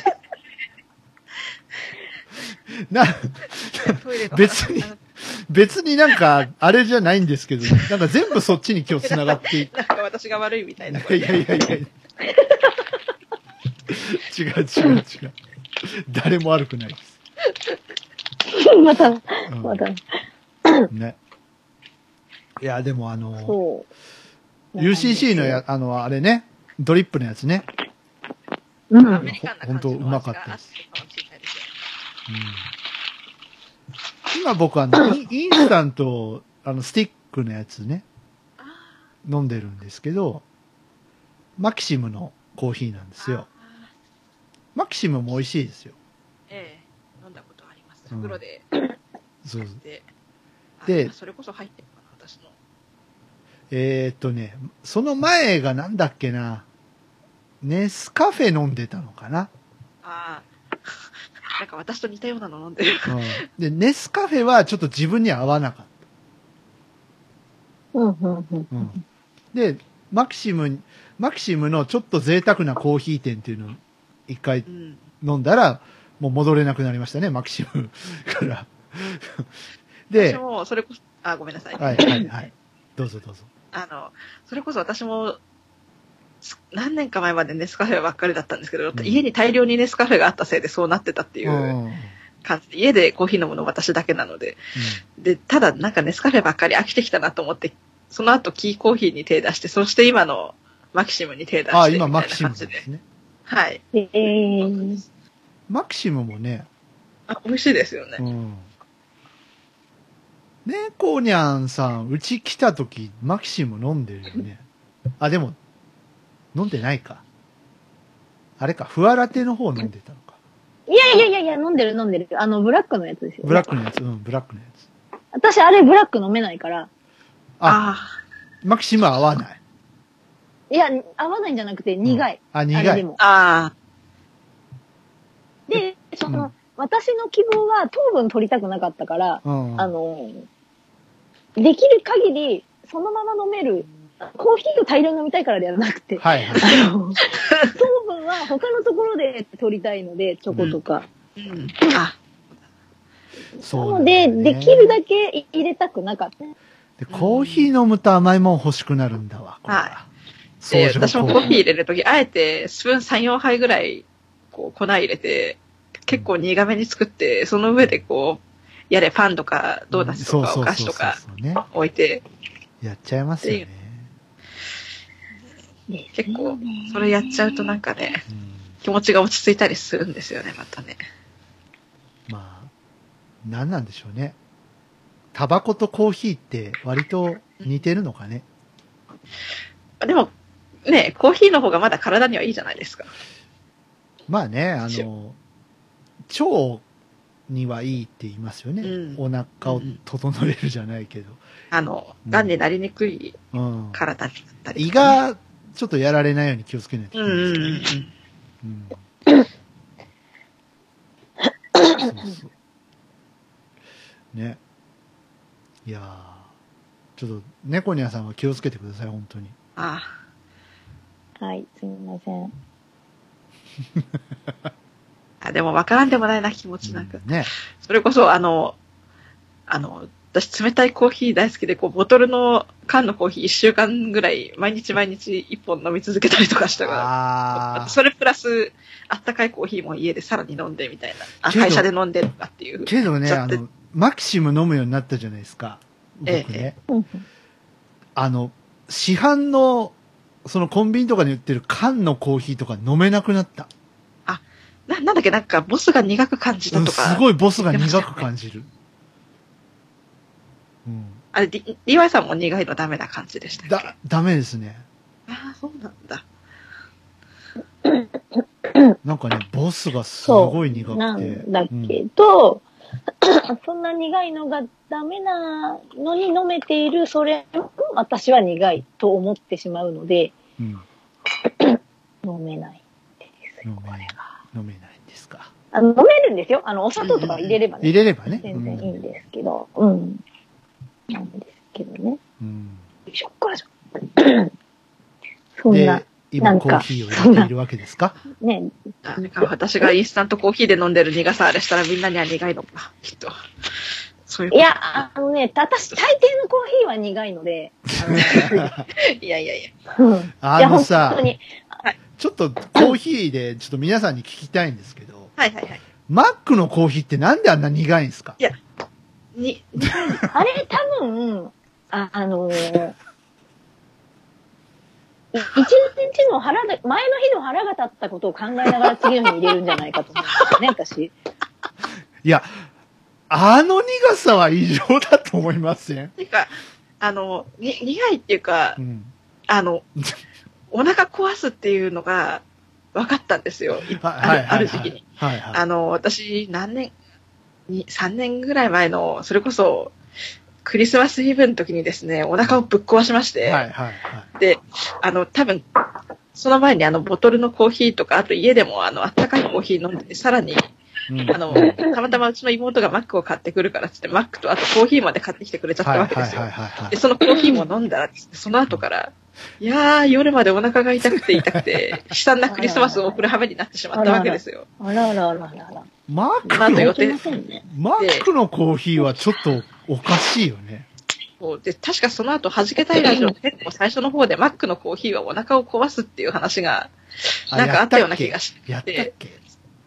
[SPEAKER 1] な、
[SPEAKER 3] トイレの話
[SPEAKER 1] 別に
[SPEAKER 3] あの
[SPEAKER 1] 別になんか、あれじゃないんですけど、なんか全部そっちに今日繋がっていく。
[SPEAKER 3] なんか私が悪いみたい
[SPEAKER 1] い
[SPEAKER 3] な。
[SPEAKER 1] やいやいやいや。違う違う違う。誰も悪くないです。
[SPEAKER 2] また、
[SPEAKER 1] うん
[SPEAKER 2] また、
[SPEAKER 1] ね。いや、でもあの、
[SPEAKER 2] そう。
[SPEAKER 1] UCC のや、あの、あれね、ドリップのやつね。
[SPEAKER 2] うん。
[SPEAKER 3] アメリカンな感
[SPEAKER 1] ほ
[SPEAKER 3] じの味が
[SPEAKER 1] んとうまかったです
[SPEAKER 3] あるかもしれないですよ
[SPEAKER 1] うん、今僕は、ね、イン インスタント、あの、スティックのやつね、飲んでるんですけど、マキシムのコーヒーなんですよ。
[SPEAKER 3] あ
[SPEAKER 1] マキシムも美味しいですよ。
[SPEAKER 3] ーええ、飲んだことあります。
[SPEAKER 1] うん
[SPEAKER 3] 袋で。
[SPEAKER 1] そう
[SPEAKER 3] で、あ
[SPEAKER 1] で
[SPEAKER 3] 今それこそ入ってるかな、私の。
[SPEAKER 1] えーっとね、その前がなんだっけな、ネスカフェ飲んでたのかな。
[SPEAKER 3] ああ、 なんか私と似たようなの飲んでる。
[SPEAKER 1] うん、で、ネスカフェはちょっと自分には合わなかっ
[SPEAKER 2] うん、うん、うん。
[SPEAKER 1] た。うん、で、マキシム、マキシムのちょっと贅沢なコーヒー店っていうのを一回
[SPEAKER 3] うん。
[SPEAKER 1] 飲んだら、もう戻れなくなりましたね、マキシムから。で
[SPEAKER 3] 私、も、それこそ、あ、ごめんなさい。
[SPEAKER 1] はいはいはい。どうぞどうぞ。
[SPEAKER 3] あの、それこそ私も、す何年か前までネスカフェばっかりだったんですけど、
[SPEAKER 1] うん
[SPEAKER 3] 家に大量にネスカフェがあったせいでそうなってたっていううん
[SPEAKER 1] うん
[SPEAKER 3] 感じで、家でコーヒー飲むの私だけなので、で、ただなんかネスカフェばっかり飽きてきたなと思って、その後キーコーヒーに手出して、そして今のマキシムに手出して。
[SPEAKER 1] あ、今マキシム
[SPEAKER 3] みた
[SPEAKER 1] で
[SPEAKER 3] いな感じ
[SPEAKER 1] す
[SPEAKER 3] で。
[SPEAKER 1] ね。
[SPEAKER 3] はい。
[SPEAKER 2] えー、
[SPEAKER 1] マキシムもね、
[SPEAKER 3] あ、美味しいですよね
[SPEAKER 1] う。ん。ねこうにゃんさん、うち来た時、マキシム飲んでるよね。あ、でも、飲んでないか。あれか、フワラテの方飲んでたのか。
[SPEAKER 2] いやいやいやいや、飲んでる飲んでる。あの、ブラックのやつですよ、
[SPEAKER 1] ブラックのやつ、うん、ブラックのやつ。
[SPEAKER 2] 私、あれブラック飲めないから。
[SPEAKER 1] あ、
[SPEAKER 3] あ
[SPEAKER 1] マキシムは合わない。
[SPEAKER 2] いや、合わないんじゃなくて苦い。
[SPEAKER 1] あ、
[SPEAKER 2] あれ
[SPEAKER 1] 苦
[SPEAKER 2] で
[SPEAKER 1] い。
[SPEAKER 2] も。
[SPEAKER 3] あ、あ
[SPEAKER 2] で、その、
[SPEAKER 1] うん
[SPEAKER 2] 私の希望は糖分取りたくなかったから、
[SPEAKER 1] うん。
[SPEAKER 2] あの、できる限り、そのまま飲める、コーヒーを大量に飲みたいからではなくて、
[SPEAKER 1] はいはい。
[SPEAKER 2] あの糖分は他のところで取りたいので、チョコとか。
[SPEAKER 3] ーうん。あ、
[SPEAKER 1] そ
[SPEAKER 2] な
[SPEAKER 1] うなん
[SPEAKER 2] の
[SPEAKER 1] だ
[SPEAKER 2] で、
[SPEAKER 1] よね
[SPEAKER 2] できるだけ入れたくなかった。
[SPEAKER 1] でコーヒー飲むと甘いもん欲しくなるんだわ。これは
[SPEAKER 3] は
[SPEAKER 1] 相
[SPEAKER 3] で、
[SPEAKER 1] 乗効
[SPEAKER 3] 私
[SPEAKER 1] 果
[SPEAKER 3] もコーヒー入れるとき、あえてスプーン3、4杯ぐらい、こう、粉入れて、結構苦めに作って、その上でこう、やれ、パンとか、ドーナツとか、
[SPEAKER 1] そ
[SPEAKER 3] お
[SPEAKER 1] うそ
[SPEAKER 3] 菓
[SPEAKER 1] う
[SPEAKER 3] 子
[SPEAKER 1] そう
[SPEAKER 3] とか
[SPEAKER 1] そうそうね。
[SPEAKER 3] 置いて、
[SPEAKER 1] やっちゃいますよね。
[SPEAKER 3] 結構、それやっちゃうとなんかね、
[SPEAKER 1] うん
[SPEAKER 3] 気持ちが落ち着いたりするんですよね、またね。
[SPEAKER 1] まあ、なんなんでしょうね。タバコとコーヒーって割と似てるのかね。
[SPEAKER 3] でも、ね、コーヒーの方がまだ体にはいいじゃないですか。
[SPEAKER 1] まあね、あの、腸にはいいって言いますよね。
[SPEAKER 3] う
[SPEAKER 1] お腹を整えるじゃないけど。
[SPEAKER 3] あの、
[SPEAKER 1] うん
[SPEAKER 3] 癌になりにくい
[SPEAKER 1] うん。
[SPEAKER 3] 体になったり
[SPEAKER 1] 胃
[SPEAKER 3] とかね、
[SPEAKER 1] がちょっとやられないように気をつけないとい
[SPEAKER 3] うん
[SPEAKER 1] けないです
[SPEAKER 3] うん
[SPEAKER 1] よ
[SPEAKER 3] う
[SPEAKER 1] ね
[SPEAKER 3] んうん。
[SPEAKER 1] うん。そうそう。ね。いやーちょっと、猫ニャさんは気をつけてください、本当に。
[SPEAKER 3] あ
[SPEAKER 2] はい、すみません。
[SPEAKER 3] ああ。でも、わからんでもないな、気持ちなんか。
[SPEAKER 1] うんね。
[SPEAKER 3] それこそ、あの、あの、私冷たいコーヒー大好きで、こう、ボトルの缶のコーヒー1週間ぐらい、毎日毎日1本飲み続けたりとかしたから、
[SPEAKER 1] あ
[SPEAKER 3] それプラス、あったかいコーヒーも家でさらに飲んでみたいな、あ
[SPEAKER 1] けど
[SPEAKER 3] 会社で飲んでとかっていう
[SPEAKER 1] ー。けどね、
[SPEAKER 3] ちょ
[SPEAKER 1] あ
[SPEAKER 3] っと
[SPEAKER 1] の、マキシム飲むようになったじゃないですか。僕ね。
[SPEAKER 3] ええ
[SPEAKER 2] うん
[SPEAKER 1] あの、市販の、そのコンビニとかに売ってる缶のコーヒーとか飲めなくなった。
[SPEAKER 3] な、なんだっけ、なんか、ボスが苦く感じ
[SPEAKER 1] う
[SPEAKER 3] た
[SPEAKER 1] ん
[SPEAKER 3] と
[SPEAKER 1] す
[SPEAKER 3] か、
[SPEAKER 1] ごいボスが苦く感じる。うん。
[SPEAKER 3] あれ、D- DY さんも苦いのダメな感じでしたっけ
[SPEAKER 1] だ、ダメですね。
[SPEAKER 3] ああ、そうなんだ。
[SPEAKER 1] なんかね、ボスがすごい苦くて。
[SPEAKER 2] なんだ
[SPEAKER 1] う
[SPEAKER 2] け
[SPEAKER 1] ん
[SPEAKER 2] ど、 そんな苦いのがダメなのに飲めている、それも私は苦いと思ってしまうので、
[SPEAKER 1] うん
[SPEAKER 2] 飲めない。
[SPEAKER 1] 飲めない。飲めないんですか。
[SPEAKER 2] あの飲めるんですよ。あの、お砂糖とか入れれば
[SPEAKER 1] 入
[SPEAKER 2] ね、
[SPEAKER 1] れればね。
[SPEAKER 2] 全然いいんですけど、うん。なんですけどね。
[SPEAKER 1] うんうん
[SPEAKER 2] ショックじゃそんな
[SPEAKER 1] で、、今コーヒーを入れているわけですか
[SPEAKER 2] ね、
[SPEAKER 3] なんか私がインスタントコーヒーで飲んでる苦さあれしたらみんなには苦いのか、きっと。そそういう
[SPEAKER 2] い
[SPEAKER 3] こ
[SPEAKER 2] や、あのね、た私、大抵のコーヒーは苦いので。
[SPEAKER 3] と。いやいやいや。
[SPEAKER 2] あのい
[SPEAKER 1] あ
[SPEAKER 2] や、
[SPEAKER 1] の
[SPEAKER 2] 本
[SPEAKER 1] さ
[SPEAKER 2] 当、に。
[SPEAKER 1] ちょっとコーヒーで、ちょっと皆さんに聞きたいんですけど、
[SPEAKER 3] はいはいはい。
[SPEAKER 1] マックのコーヒーってなんであんな苦いんですか
[SPEAKER 3] に、
[SPEAKER 2] あれ、多分、あ、あのー、い一日の腹が、前の日の腹が立ったことを考えながら次の日に入れるんじゃないかと思うんですよね、私。
[SPEAKER 1] いや、あの苦さは異常だと思いません、
[SPEAKER 3] ていうか、あの、に、苦いっていうか
[SPEAKER 1] う、ん、
[SPEAKER 3] あの、お腹壊すっていうのが分かったんですよ。い
[SPEAKER 1] は
[SPEAKER 3] あるある時期に。。
[SPEAKER 1] はいはいはい
[SPEAKER 3] あの、私、何年、に3年ぐらい前の、それこそ、クリスマスイブの時にですね、お腹をぶっ壊しまして、
[SPEAKER 1] はいはいはい。
[SPEAKER 3] で、あの、多分、その前にあの、ボトルのコーヒーとか、あと家でもあの、あったかいコーヒー飲んで、さらに、
[SPEAKER 1] うん
[SPEAKER 3] あの、たまたまうちの妹がマックを買ってくるからっつって、マックとあとコーヒーまで買ってきてくれちゃったわけですよ。
[SPEAKER 1] はいはいはいはい
[SPEAKER 3] で、そのコーヒーも飲んだらっつって、その後から、いやー、夜までお腹が痛くて痛くて、悲惨なクリスマスを送る羽目になってしまったわけですよ。
[SPEAKER 2] あらあらあらあらあら。
[SPEAKER 1] マック
[SPEAKER 3] なんと
[SPEAKER 1] の
[SPEAKER 3] 予
[SPEAKER 2] いけ
[SPEAKER 3] 定
[SPEAKER 2] ませんね。
[SPEAKER 1] マックのコーヒーはちょっとおかしいよね。
[SPEAKER 3] そうで、確かその後、弾けたいラジオの結構最初の方で、マックのコーヒーはお腹を壊すっていう話が、なんかあったような気が
[SPEAKER 1] し
[SPEAKER 3] して、
[SPEAKER 1] やったっけ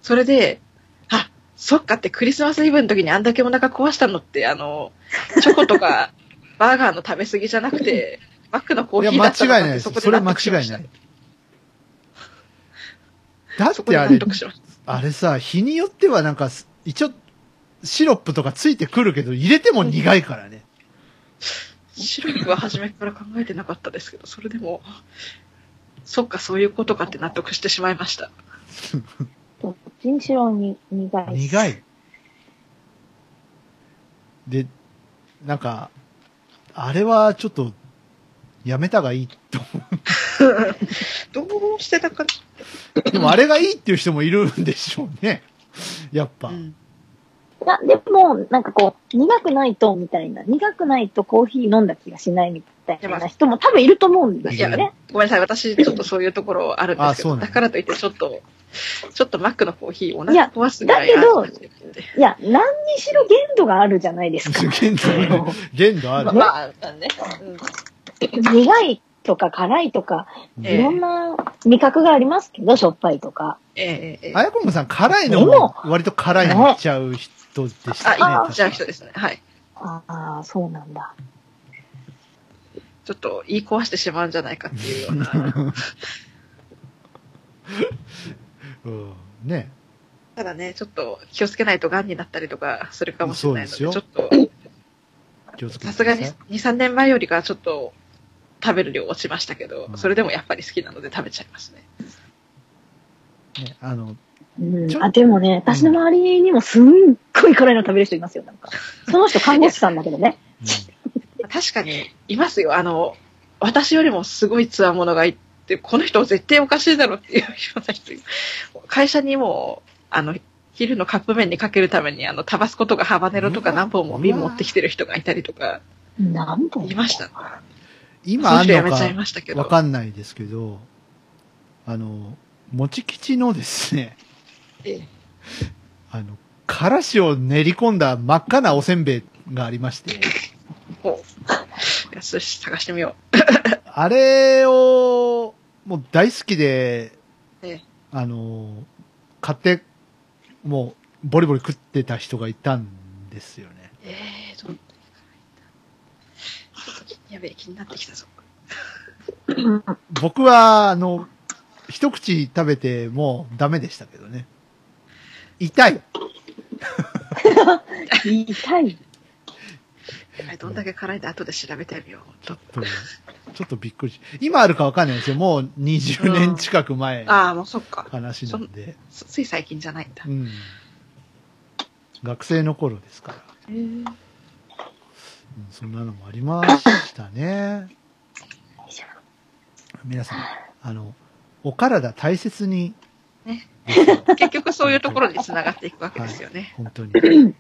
[SPEAKER 3] それで、あ、そっかってクリスマスイブの時にあんだけお腹壊したのって、あの、チョコとか バーガーの食べ過ぎじゃなくて、マックのコ
[SPEAKER 1] い
[SPEAKER 3] ー
[SPEAKER 1] や、
[SPEAKER 3] ヒー
[SPEAKER 1] 間
[SPEAKER 3] だった
[SPEAKER 1] 違い
[SPEAKER 3] のか
[SPEAKER 1] ない
[SPEAKER 3] っ
[SPEAKER 1] で
[SPEAKER 3] て
[SPEAKER 1] す
[SPEAKER 3] そ。こ
[SPEAKER 1] そ
[SPEAKER 3] で
[SPEAKER 1] れ
[SPEAKER 3] 納
[SPEAKER 1] 間
[SPEAKER 3] 得しま
[SPEAKER 1] 違い
[SPEAKER 3] した。
[SPEAKER 1] ない。だ
[SPEAKER 3] そ
[SPEAKER 1] って
[SPEAKER 3] こで
[SPEAKER 1] あ
[SPEAKER 3] 納
[SPEAKER 1] れ、
[SPEAKER 3] 得しました。
[SPEAKER 1] あれさ、日によってはなんか、一応、シロップとかついてくるけど、入れても苦いからね。
[SPEAKER 3] シロップは初めから考えてなかったですけど、それでも、そっか、そういうことかって納得してしまいました。
[SPEAKER 2] どっちにしろに苦い。
[SPEAKER 1] 苦い。で、なんか、あれはちょっと、やめた方がいいと思
[SPEAKER 3] どうしてだか
[SPEAKER 1] う。でもあれがいいっていう人もいるんでしょうね。やっぱ。
[SPEAKER 3] な、うん
[SPEAKER 2] なでも、なんかこう、苦くないと、みたいな。苦くないとコーヒー飲んだ気がしないみたいな人も多分いると思うんですよね。
[SPEAKER 3] ごめんなさい、私、ちょっとそういうところあるんですけ
[SPEAKER 1] あそうな
[SPEAKER 3] ど、
[SPEAKER 1] んだ
[SPEAKER 3] だからといって、ちょっと、ちょっとマックのコーヒー、お
[SPEAKER 2] いや
[SPEAKER 3] 腹壊すぐらいある
[SPEAKER 2] だいや、何にしろ限度があるじゃないですか。
[SPEAKER 1] 限度ある。限度ある。
[SPEAKER 3] まあ、ね、うん
[SPEAKER 2] 苦いとか辛いとか、
[SPEAKER 3] え
[SPEAKER 2] いろんな味覚がありますけど、しょっぱいとか。
[SPEAKER 3] えええええ
[SPEAKER 1] あやこむさん、辛いの
[SPEAKER 2] で
[SPEAKER 1] も
[SPEAKER 2] も
[SPEAKER 1] 割と辛いのいっちゃう人でした
[SPEAKER 3] あ、いい、
[SPEAKER 1] ね。
[SPEAKER 3] じゃあ人ですね。はい。
[SPEAKER 2] ああ、そうなんだ。
[SPEAKER 3] ちょっと言い壊してしまうんじゃないかっていうような。
[SPEAKER 1] うん、ね。
[SPEAKER 3] ただね、ちょっと気をつけないと癌になったりとかするかもしれないので、
[SPEAKER 1] そうです
[SPEAKER 3] ちょ
[SPEAKER 1] よ
[SPEAKER 3] っと、
[SPEAKER 1] 気をつけて
[SPEAKER 3] さ
[SPEAKER 1] く
[SPEAKER 3] すが
[SPEAKER 1] ださ
[SPEAKER 3] に
[SPEAKER 1] い。
[SPEAKER 3] 2、3年前よりかはちょっと食べる量落ちましたけど、それでもやっぱり好きなので食べちゃいますね。
[SPEAKER 1] ね、あの、
[SPEAKER 2] うん
[SPEAKER 1] ちょ、
[SPEAKER 2] あでもね、私の周りにもすんごい辛いの食べる人いますよ、なんか。その人看護師さんだけどね。
[SPEAKER 3] 確かに、いますよ。あの、私よりもすごい強者がいて、この人絶対おかしいだろっていうような人、会社にもう、あの、昼のカップ麺にかけるために、あの、タバスコとかハバネロとか何本も瓶持ってきてる人がいたりとか、
[SPEAKER 2] なんと。
[SPEAKER 3] いました。
[SPEAKER 1] 今あ
[SPEAKER 3] その人
[SPEAKER 1] る
[SPEAKER 3] や
[SPEAKER 1] の
[SPEAKER 3] めちゃい
[SPEAKER 1] か
[SPEAKER 3] ましたけ
[SPEAKER 1] わ
[SPEAKER 3] ど。
[SPEAKER 1] かんないですけど、あの、もち吉のですね、
[SPEAKER 3] ええ
[SPEAKER 1] あの、からしを練り込んだ真っ赤なおせんべいがありまして、
[SPEAKER 3] ほう。よし、探してみよ
[SPEAKER 1] あれを、もう大好きで
[SPEAKER 3] ええ、
[SPEAKER 1] あの、買って、もう、ボリボリ食ってた人がいたんですよね
[SPEAKER 3] う。。ええどうやべえ、気になってきたぞ。
[SPEAKER 1] 僕は、あの、一口食べてもうダメでしたけどね。痛い。
[SPEAKER 2] 痛い。
[SPEAKER 3] やばいどんだけ辛いんで後で調べてみよう。ほん
[SPEAKER 1] とちょっとびっくりし。今あるかわかんないですよ。もう20年近く前
[SPEAKER 3] とああ、もうそっか。
[SPEAKER 1] 話なんで。
[SPEAKER 3] そつい最近じゃないんだ
[SPEAKER 1] う。ん。学生の頃ですから。うんそんなのもありましたね。皆さん、あの、お体大切に。
[SPEAKER 3] ね
[SPEAKER 1] ですよ
[SPEAKER 3] 結局そういうところに繋がっていくわけですよね。
[SPEAKER 1] 本当に。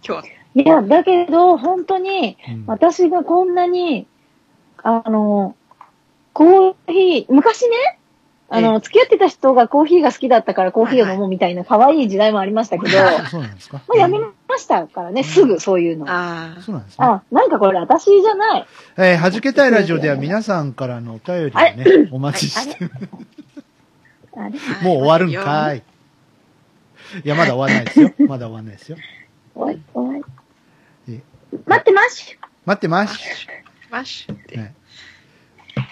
[SPEAKER 3] 今日。
[SPEAKER 2] いや、だけど、本当に、
[SPEAKER 1] うん
[SPEAKER 2] 私がこんなに、あの、コーヒー、昔ね、あの、付き合ってた人がコーヒーが好きだったからコーヒーを飲もうみたいな可愛い時代もありまし たけど、
[SPEAKER 1] あそうなんですか。
[SPEAKER 2] まあやめましたからね、すぐそういうの。あ、
[SPEAKER 3] あ
[SPEAKER 1] そうなんですね。
[SPEAKER 2] なんかこれ私じゃない。
[SPEAKER 1] えー、はじけたいラジオでは皆さんからのお便りをね、お待ちして、
[SPEAKER 2] あれ
[SPEAKER 3] あ。
[SPEAKER 1] もう終わるんかい。いや、まだ終わらないですよ。まだ終わらないですよ。
[SPEAKER 2] おい、おい
[SPEAKER 1] え。
[SPEAKER 2] 待ってます。
[SPEAKER 1] 待ってます。
[SPEAKER 3] マッシュって。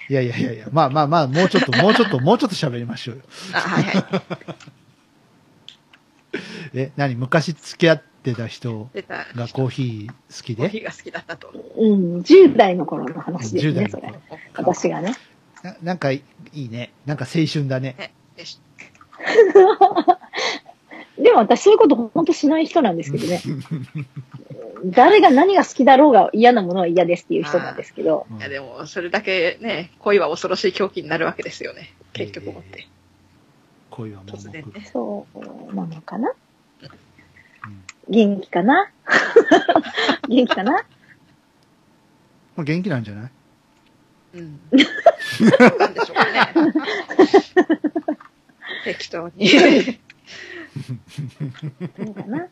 [SPEAKER 1] いやいやいやいや、まあまあまあ、もうちょっと、もうちょっと、もうちょっと喋りましょうよ。
[SPEAKER 3] あ、はいはい。
[SPEAKER 1] え、何昔付き合ってた人
[SPEAKER 3] 出た。
[SPEAKER 1] がコーヒー好き
[SPEAKER 3] コーヒ
[SPEAKER 1] で
[SPEAKER 3] ーが好きだったと。
[SPEAKER 2] うん、10代の頃の話です
[SPEAKER 1] 10
[SPEAKER 2] ね
[SPEAKER 1] 代、
[SPEAKER 2] そ
[SPEAKER 1] の
[SPEAKER 2] れ
[SPEAKER 1] 頃。
[SPEAKER 2] 私がね。
[SPEAKER 1] ななんかいいね。なんか青春だね。
[SPEAKER 3] でし
[SPEAKER 2] でも私そういうこと本当しない人なんですけ どね。誰が何が好きだろうが嫌なものは嫌ですっていう人なんですけど、
[SPEAKER 1] うん
[SPEAKER 3] いや、でも、それだけね、恋は恐ろしい狂気になるわけですよね。結局もって。
[SPEAKER 1] 恋は盲
[SPEAKER 3] 突然
[SPEAKER 1] 目。
[SPEAKER 3] ね。
[SPEAKER 2] そうなのかな
[SPEAKER 1] うん
[SPEAKER 2] 元気か な元気かな
[SPEAKER 1] まあ、元気なんじゃない
[SPEAKER 3] うん。なんでしょうかね。適当に。
[SPEAKER 2] 元気かな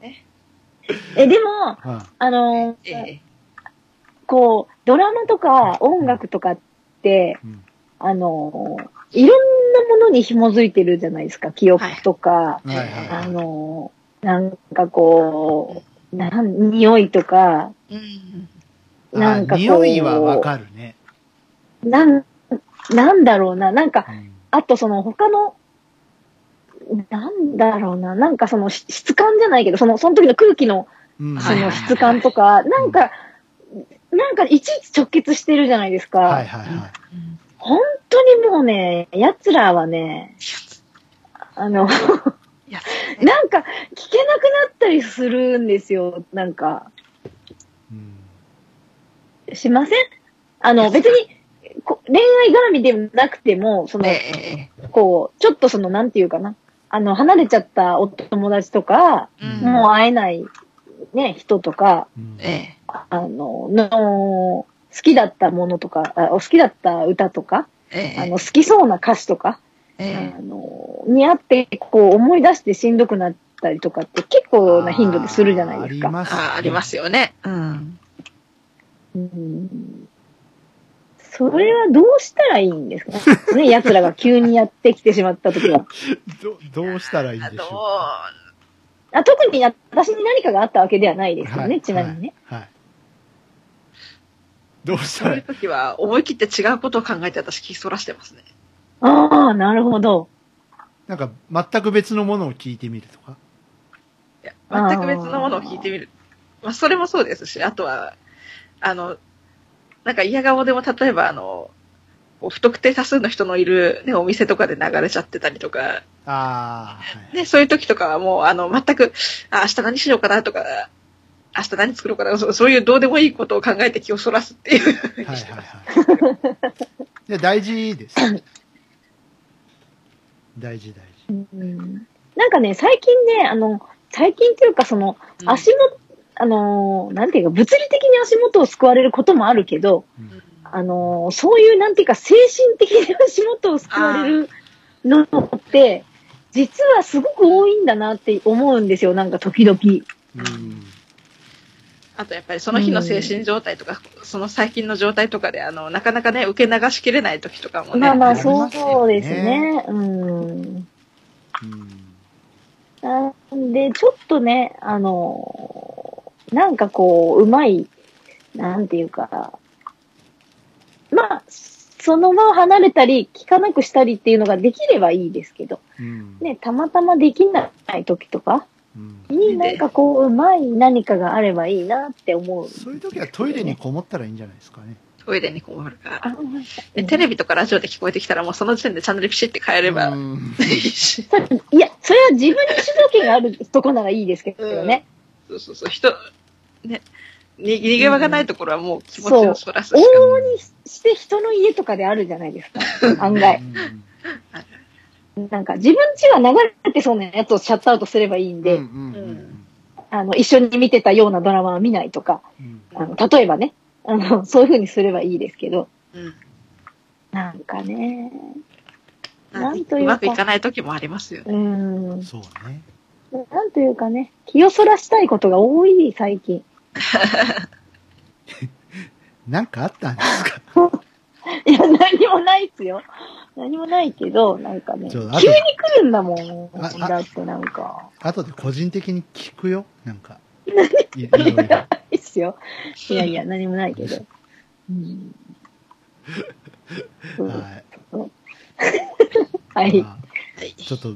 [SPEAKER 3] ね
[SPEAKER 2] え、でも、
[SPEAKER 1] あ
[SPEAKER 2] あのー
[SPEAKER 3] ええ
[SPEAKER 2] こう、ドラマとか音楽とかって、
[SPEAKER 1] うん
[SPEAKER 2] あのーいろんなものに紐づいてるじゃないですか。記憶とか、
[SPEAKER 1] あ。はいはい
[SPEAKER 2] あ
[SPEAKER 1] はい。
[SPEAKER 2] のーなんかこう、なん、匂いとか、
[SPEAKER 3] うん。
[SPEAKER 2] なんか
[SPEAKER 1] あ
[SPEAKER 2] こう、
[SPEAKER 1] 匂いはわかるね。
[SPEAKER 2] なん、なんだろうな、なん
[SPEAKER 1] う
[SPEAKER 2] か、
[SPEAKER 1] ん
[SPEAKER 2] あとその他の、なんだろうな、なんかそのし質感じゃないけど、その、その時の空気の
[SPEAKER 1] うん
[SPEAKER 2] そ
[SPEAKER 3] はいはい
[SPEAKER 2] の
[SPEAKER 3] はい
[SPEAKER 2] 質感とか、なんか、なんかいちいち直結してるじゃないですか。
[SPEAKER 1] はいはいはい。
[SPEAKER 2] 本当にもうね、奴らはね、あの、
[SPEAKER 3] いや、
[SPEAKER 2] なんか聞けなくなったりするんですよ、なんか。
[SPEAKER 1] うん
[SPEAKER 2] しませんあの、別に、こ恋愛絡みでもなくても、その、
[SPEAKER 3] え
[SPEAKER 2] こう、ちょっとその、なんていうかな。あの、離れちゃったお友達とか、
[SPEAKER 3] えうん
[SPEAKER 2] もう会えない、ね、人とか、
[SPEAKER 1] うん
[SPEAKER 3] ええ
[SPEAKER 2] あの、の、好きだったものとか、あお好きだった歌とか、
[SPEAKER 3] ええ
[SPEAKER 2] あの、好きそうな歌詞とか、
[SPEAKER 3] ええ
[SPEAKER 2] あの、にあって、こう、思い出してしんどくなったりとかって結構な頻度でするじゃないです
[SPEAKER 1] あーあ
[SPEAKER 2] か。
[SPEAKER 1] ります、
[SPEAKER 3] あありますよね。うん。
[SPEAKER 2] うんそれはどうしたらいいんですかね奴らが急にやってきてしまった時は。
[SPEAKER 1] ど。 どうしたらいいん
[SPEAKER 3] あ
[SPEAKER 1] でしょう
[SPEAKER 3] と
[SPEAKER 1] か。、
[SPEAKER 2] あ特に私に何かがあったわけではないですよね、
[SPEAKER 1] はい
[SPEAKER 2] ちなみにね。
[SPEAKER 1] はい。はいどうし
[SPEAKER 3] そ
[SPEAKER 1] た
[SPEAKER 3] う
[SPEAKER 1] ら
[SPEAKER 3] い
[SPEAKER 1] いうい
[SPEAKER 3] 時は思い切って違うことを考えて私聞きそらしてますね。
[SPEAKER 2] ああ、なるほど。
[SPEAKER 1] なんか全く別のものを聞いてみるとか。
[SPEAKER 3] いや、全く別のものを聞いてみる。まあ、それもそうですし、あとは、あの、なんか嫌顔でも例えば、あの、こう不特定多数の人のいる、ね、お店とかで流れちゃってたりとか、
[SPEAKER 1] ああ、はい。
[SPEAKER 3] ね、そういう時とかはもう、あの、全く、あ、明日何しようかなとか、明日何作ろうかなそう、そういうどうでもいいことを考えて気をそらすっていうふうに
[SPEAKER 1] はい
[SPEAKER 3] して
[SPEAKER 1] は
[SPEAKER 3] ます。
[SPEAKER 1] いはい。いや、大事です。大事大事。
[SPEAKER 2] うんなんかね、最近ね、あの、最近っていうかその、
[SPEAKER 3] うん
[SPEAKER 2] 足元、あのー、なんていうか、物理的に足元を救われることもあるけど、
[SPEAKER 1] うん
[SPEAKER 2] あのー、そういう、なんていうか、精神的に足元を救われるのって、実はすごく多いんだなって思うんですよ、なんか時々。
[SPEAKER 1] うん
[SPEAKER 3] あとやっぱりその日の精神状態とか、その最近の状態とかで、あの、なかなかね、受け流しきれない時とかもね。
[SPEAKER 2] まあま
[SPEAKER 1] あ
[SPEAKER 2] あ、
[SPEAKER 1] りますよ
[SPEAKER 2] そ
[SPEAKER 1] ね
[SPEAKER 2] うそうですね。うん。
[SPEAKER 1] うん
[SPEAKER 2] なんで、ちょっとね、あのー、なんかこう、うまい、なんていうか、まあ、その場を離れたり、聞かなくしたりっていうのができればいいですけど、
[SPEAKER 1] うん
[SPEAKER 2] ね、たまたまできない時とか、
[SPEAKER 1] うん
[SPEAKER 2] になんかこう、うまい何かがあればいいなって思う。
[SPEAKER 1] そういう時はトイレにこもったらいいんじゃないですかね。
[SPEAKER 3] トイレにこもるか
[SPEAKER 2] あ
[SPEAKER 3] ら。で、テレビとかラジオで聞こえてきたら、もうその時点でチャンネルピシって変えれば
[SPEAKER 1] う
[SPEAKER 3] い
[SPEAKER 1] ん
[SPEAKER 3] いし。
[SPEAKER 2] それいや、それは自分に主導権があるとこならいいですけどね。
[SPEAKER 3] そうそうそう、人、ね、に逃げ場がないところはもう気持ちをそらす
[SPEAKER 2] 往
[SPEAKER 3] しか
[SPEAKER 2] 々にして人の家とかであるじゃないですか。案外。
[SPEAKER 1] うん
[SPEAKER 2] なんか自分家は流れてそうなやつをシャットアウトすればいいんで、
[SPEAKER 1] うんうんうん
[SPEAKER 2] あの、一緒に見てたようなドラマは見ないとか、
[SPEAKER 1] うん
[SPEAKER 2] あの例えばね、 あの、そういう風にすればいいですけど、
[SPEAKER 3] うん
[SPEAKER 2] なんかね、なんというか
[SPEAKER 3] まくいかない時もありますよね。
[SPEAKER 2] うん。
[SPEAKER 1] そうね。
[SPEAKER 2] なんというかね、気をそらしたいことが多い、最近。
[SPEAKER 1] なんかあったんですか
[SPEAKER 2] いや、何もないっすよ。何もないけど、なんかね、
[SPEAKER 1] ち
[SPEAKER 2] 急
[SPEAKER 1] ょ
[SPEAKER 2] に
[SPEAKER 1] あと
[SPEAKER 2] 来るんだもん。
[SPEAKER 1] ああ
[SPEAKER 2] だってなんか、
[SPEAKER 1] 後で個人的に聞くよ。なん か。いいろいろ
[SPEAKER 2] いいっすよ。いやいや、何もないけど。 うん。うん
[SPEAKER 1] は。
[SPEAKER 2] はいい。
[SPEAKER 1] まあ
[SPEAKER 3] はい
[SPEAKER 1] ちょっと、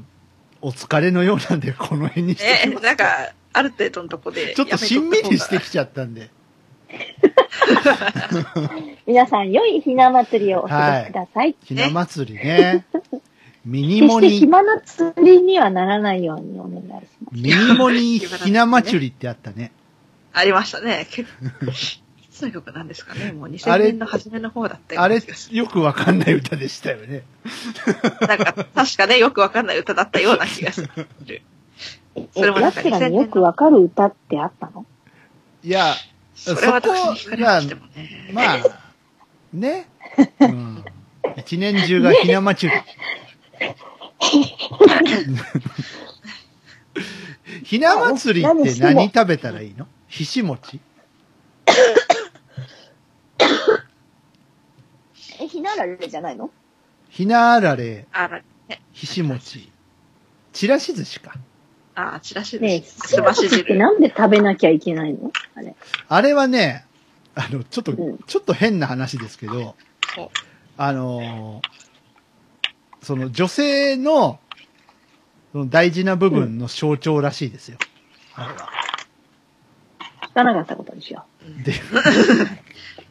[SPEAKER 1] お疲れのようなんで、この辺にして
[SPEAKER 3] え、
[SPEAKER 1] きます
[SPEAKER 3] なんか、ある程度のとこ で。
[SPEAKER 1] ちょっとしんみりして
[SPEAKER 3] や
[SPEAKER 1] きちゃったんで。
[SPEAKER 2] 皆さん、良いひな祭りをお過ごしください。
[SPEAKER 1] ひな祭りね。ミニ
[SPEAKER 2] 決
[SPEAKER 1] モ
[SPEAKER 2] して
[SPEAKER 1] ニ、
[SPEAKER 2] 暇な釣りにはならないようにお願いしま
[SPEAKER 1] ミニモニひな祭りってあったね。
[SPEAKER 3] めとくのがありましたね。結構。 いつの曲なんですかねもう
[SPEAKER 1] あ
[SPEAKER 3] 2000
[SPEAKER 1] れ
[SPEAKER 3] 年の初めの方だったよう
[SPEAKER 1] あ
[SPEAKER 3] な
[SPEAKER 1] れ
[SPEAKER 3] 気がす、る
[SPEAKER 1] よくわかんない歌でしたよね。
[SPEAKER 3] なんか、確かね、よくわかんない歌だったような気がする。
[SPEAKER 2] す。え、
[SPEAKER 3] それもな
[SPEAKER 2] や
[SPEAKER 3] んか
[SPEAKER 2] つらによくわかる歌ってあったの
[SPEAKER 1] いや、
[SPEAKER 3] それ は
[SPEAKER 1] そこ
[SPEAKER 3] 私に聞かれましてもね。
[SPEAKER 1] まあ、ね。うん。一年中がひな祭 り。ひな祭りって何食べたらいいのひし餅
[SPEAKER 2] え、ひなられじゃないの
[SPEAKER 1] ひなあられ、
[SPEAKER 3] あら、
[SPEAKER 1] ひし餅。ちらし寿司か。
[SPEAKER 3] あ、チラシ
[SPEAKER 2] ねえ、
[SPEAKER 3] で
[SPEAKER 2] ひ
[SPEAKER 3] す。すばし
[SPEAKER 2] って
[SPEAKER 3] 汁。
[SPEAKER 2] なんで食べなきゃいけないのあれ。
[SPEAKER 1] あれはね、あの、ちょっと、
[SPEAKER 2] うん
[SPEAKER 1] ちょっと変な話ですけど
[SPEAKER 3] お、
[SPEAKER 1] あのーその女性の、その大事な部分の象徴らしいですよ。あれは。
[SPEAKER 2] 聞かなかったことにしよ
[SPEAKER 1] で、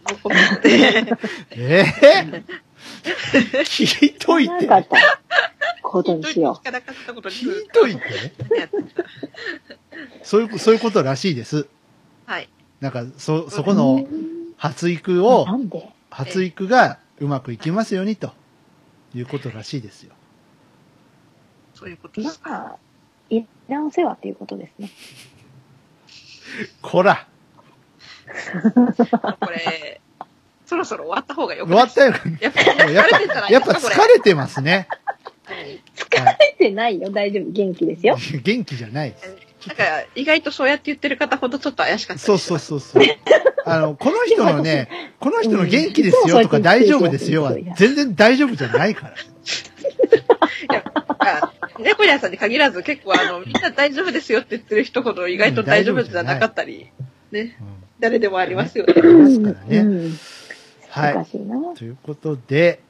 [SPEAKER 3] ここ持って
[SPEAKER 1] えぇ、聞いと
[SPEAKER 2] う。
[SPEAKER 1] い
[SPEAKER 2] 聞か
[SPEAKER 1] て
[SPEAKER 2] な。かったことにしよ。
[SPEAKER 3] 聞かなかったことにす
[SPEAKER 1] 聞い
[SPEAKER 3] る。
[SPEAKER 1] といて。そういう、そういうことらしいです。
[SPEAKER 3] はい。
[SPEAKER 1] なんか、そ、そうこの発育を
[SPEAKER 2] な、んで
[SPEAKER 1] 発育がうまくいきますようにということらしいですよ。
[SPEAKER 3] そういうことで
[SPEAKER 2] ます
[SPEAKER 3] か。
[SPEAKER 2] あ、いらんお世話っていうことですね。
[SPEAKER 1] こら
[SPEAKER 3] これ、そろそろ終わった方がよく
[SPEAKER 1] 終
[SPEAKER 3] な
[SPEAKER 1] わ
[SPEAKER 3] い
[SPEAKER 1] ったよ。
[SPEAKER 3] やっぱ疲
[SPEAKER 1] やっ
[SPEAKER 3] れてんじゃな
[SPEAKER 1] ぱ、
[SPEAKER 3] い
[SPEAKER 1] や
[SPEAKER 3] で
[SPEAKER 1] っ
[SPEAKER 3] す
[SPEAKER 1] ぱ
[SPEAKER 3] か、こ
[SPEAKER 1] 疲。
[SPEAKER 3] れ
[SPEAKER 1] れてますね。
[SPEAKER 2] 疲れてないよ、大丈夫、元気ですよ。
[SPEAKER 1] 元気じゃないです。
[SPEAKER 3] なんか、意外とそうやって言ってる方ほどちょっと怪しかったりし
[SPEAKER 1] そ
[SPEAKER 3] ま
[SPEAKER 1] う
[SPEAKER 3] す。
[SPEAKER 1] そうそうそう。あの、この人の ね、この人の元気ですよとか
[SPEAKER 2] うん
[SPEAKER 1] 大丈夫ですよは全然大丈夫じゃないから。
[SPEAKER 3] あ猫屋さんに限らず結構あの、みんな大丈夫ですよって言ってる人ほど意外と大丈夫じゃなかったり、ね、
[SPEAKER 1] う
[SPEAKER 3] 誰でもありますよね。
[SPEAKER 1] んありますから
[SPEAKER 2] う
[SPEAKER 1] ね。
[SPEAKER 2] ん。
[SPEAKER 1] はい
[SPEAKER 2] 難。しいな。
[SPEAKER 1] ということで、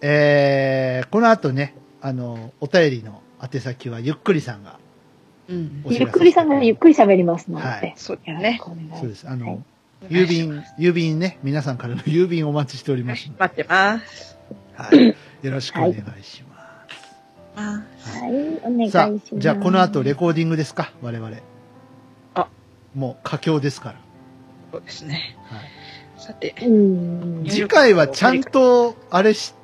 [SPEAKER 1] えー、この後ね、あの、お便りの宛先はゆっくりさんが
[SPEAKER 3] うん
[SPEAKER 1] お知
[SPEAKER 2] ゆ
[SPEAKER 1] らせして
[SPEAKER 2] っくりさんがゆっくり喋りますので。
[SPEAKER 1] はい
[SPEAKER 3] そうだよ
[SPEAKER 2] よろし
[SPEAKER 3] ね
[SPEAKER 2] く。お願い
[SPEAKER 1] そうです。あ
[SPEAKER 2] は
[SPEAKER 1] の
[SPEAKER 2] い、
[SPEAKER 1] 郵便、郵便ね、皆さんからの郵便お待ちしておりますので、
[SPEAKER 3] 待ってます。
[SPEAKER 1] はい。よろしくお願いします。
[SPEAKER 3] あ
[SPEAKER 2] はい、お願いし
[SPEAKER 1] さ
[SPEAKER 2] ます。
[SPEAKER 1] あ、じゃあこの後レコーディングですか、我々。
[SPEAKER 3] あ
[SPEAKER 1] もう佳境ですから。
[SPEAKER 3] そうですね。
[SPEAKER 1] はい
[SPEAKER 3] さて、
[SPEAKER 2] うん。
[SPEAKER 3] ね
[SPEAKER 1] 次回はちゃんと、あれし、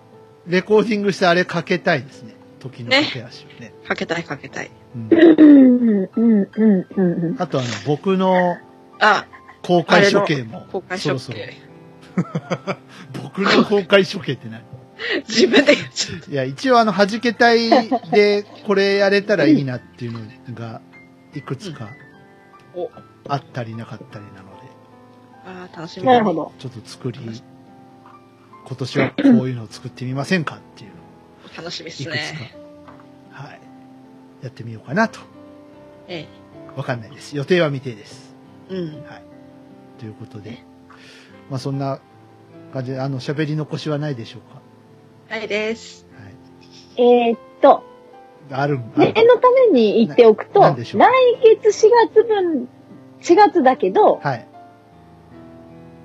[SPEAKER 1] レコーディングしてあれかけたいですね。時の駆け足をね。
[SPEAKER 3] かけたいかけたい。
[SPEAKER 1] うん
[SPEAKER 2] うん、うん、うん、うん。
[SPEAKER 1] あとあの、僕の
[SPEAKER 3] あ、
[SPEAKER 1] 公開処刑も、
[SPEAKER 3] 公開
[SPEAKER 1] そ
[SPEAKER 3] 処
[SPEAKER 1] ろそろ。
[SPEAKER 3] 刑。
[SPEAKER 1] 僕の公開処刑って何
[SPEAKER 3] 自分で言っちゃっ
[SPEAKER 1] いや、一応あの、弾けたいで、これやれたらいいなっていうのが、いくつか
[SPEAKER 3] た。お、
[SPEAKER 1] あったりなかったりなので。
[SPEAKER 3] あー楽しみ
[SPEAKER 2] なるほど。
[SPEAKER 1] ちょっと作り、今年はこういうのを作ってみませんかっていうのを
[SPEAKER 3] 楽しみで
[SPEAKER 1] い
[SPEAKER 3] す
[SPEAKER 1] くつか、
[SPEAKER 3] ね。
[SPEAKER 1] はい。やってみようかなと。
[SPEAKER 3] え
[SPEAKER 1] わかんないです。予定は未定です。
[SPEAKER 3] え。うん。
[SPEAKER 1] ということで。まあそんな感じで、あの、喋り残しはないでしょうか。
[SPEAKER 3] はいです。
[SPEAKER 1] はい。
[SPEAKER 2] えーっと、
[SPEAKER 1] あるんある
[SPEAKER 2] 念のために言っておくと、
[SPEAKER 1] ななん
[SPEAKER 2] 来
[SPEAKER 1] でし
[SPEAKER 2] 月
[SPEAKER 1] ょう
[SPEAKER 2] 4月分、4月だけど、
[SPEAKER 1] はい。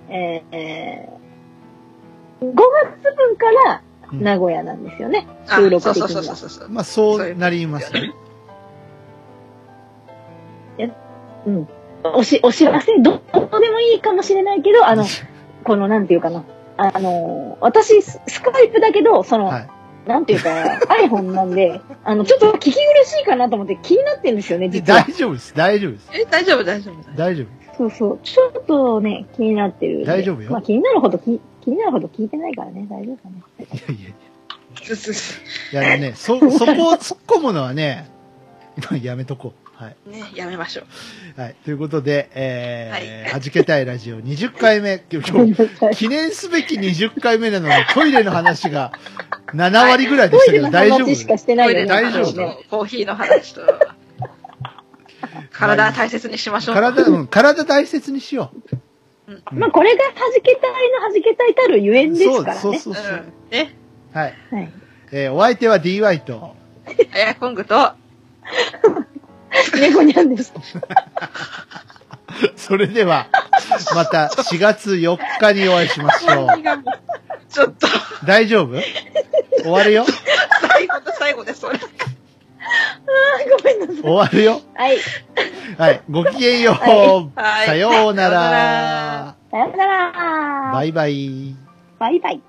[SPEAKER 2] えーえー5月分から
[SPEAKER 1] うん
[SPEAKER 2] 名古屋なんですよね。
[SPEAKER 3] あ
[SPEAKER 2] 収録的に
[SPEAKER 3] そ
[SPEAKER 2] は
[SPEAKER 3] うそうそうそうそう。
[SPEAKER 1] まあそうなりますね。
[SPEAKER 2] うん。おし、お知らせ、どどうでもいいかもしれないけど、 あの、この、なんていうかな。あの、私、ススカイプだけど、その、
[SPEAKER 1] はい。
[SPEAKER 2] なんていうか、iPhone なんで、あの、ちょっと聞き苦しいかなと思って気になってるんですよね、
[SPEAKER 1] で
[SPEAKER 2] 実は
[SPEAKER 1] 大。丈夫です。大丈夫です。
[SPEAKER 3] え、大丈夫、大丈夫。
[SPEAKER 1] 大丈夫。
[SPEAKER 2] そうそう。ちょっとね、気になってるんで。
[SPEAKER 1] 大丈夫よ
[SPEAKER 2] まあ気になるほど気、気になるほど聞いてないからね、大丈夫かね。
[SPEAKER 1] いやいやいや。
[SPEAKER 3] ずずず
[SPEAKER 1] いや、あのね、そ、そこを突っ込むのはね、まあやめとこう。はい。
[SPEAKER 3] ね、やめましょう。
[SPEAKER 1] はい。ということで、え
[SPEAKER 3] は
[SPEAKER 1] ー、はじけたいラジオ20回目。今日、記念すべき20回目なのに、トイレの話が7割ぐらいで
[SPEAKER 2] ト
[SPEAKER 1] し
[SPEAKER 2] イ
[SPEAKER 1] たけ
[SPEAKER 2] レ
[SPEAKER 1] ど、
[SPEAKER 2] の
[SPEAKER 1] 大丈
[SPEAKER 2] 話しか
[SPEAKER 1] 夫
[SPEAKER 2] してないよね。
[SPEAKER 1] 大丈夫
[SPEAKER 2] 私ね
[SPEAKER 3] コーヒーの話 と、体大切にしましょう。
[SPEAKER 1] 体、うん、体大切にしよ
[SPEAKER 2] まあこれが弾けたいの弾けたいたるゆえん
[SPEAKER 1] う。
[SPEAKER 2] ですからね。
[SPEAKER 1] そうそうそう
[SPEAKER 3] う
[SPEAKER 1] そう。
[SPEAKER 3] ん。ね。
[SPEAKER 1] はい。
[SPEAKER 2] はい。
[SPEAKER 1] えー、お相手は DY と、
[SPEAKER 3] あやこんぐと、
[SPEAKER 2] 猫にゃんです。
[SPEAKER 1] それでは、また4月4日にお会いしましょう。
[SPEAKER 3] ちょっと、
[SPEAKER 1] 大丈夫終わるよ
[SPEAKER 3] 最後の最後でそれ。
[SPEAKER 2] ごめんなさい。
[SPEAKER 1] 終わるよ
[SPEAKER 2] はい。
[SPEAKER 1] はい。ごきげんよう。
[SPEAKER 3] はい
[SPEAKER 1] さような
[SPEAKER 3] さような
[SPEAKER 1] ら
[SPEAKER 3] ら。
[SPEAKER 2] さよなら。
[SPEAKER 1] バイバイ。
[SPEAKER 2] バイバイ。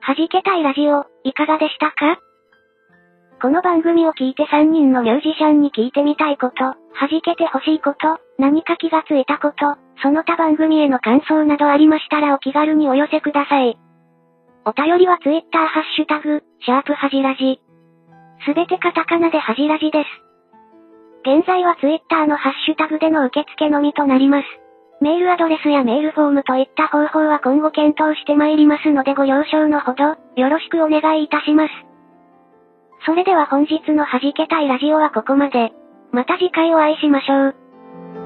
[SPEAKER 7] はじけたいラジオ、いかがでしたかこの番組を聞いて3人のミュージシャンに聞いてみたいこと、はじけてほしいこと、何か気がついたこと、その他番組への感想などありましたらお気軽にお寄せください。お便りは Twitter ハッシュタグ、シャープはじらじ。すべてカタカナではじらじです。現在は Twitter のハッシュタグでの受付のみとなります。メールアドレスやメールフォームといった方法は今後検討してまいりますのでご了承のほど、よろしくお願いいたします。それでは本日の弾けたいラジオはここまで。また次回お会いしましょう。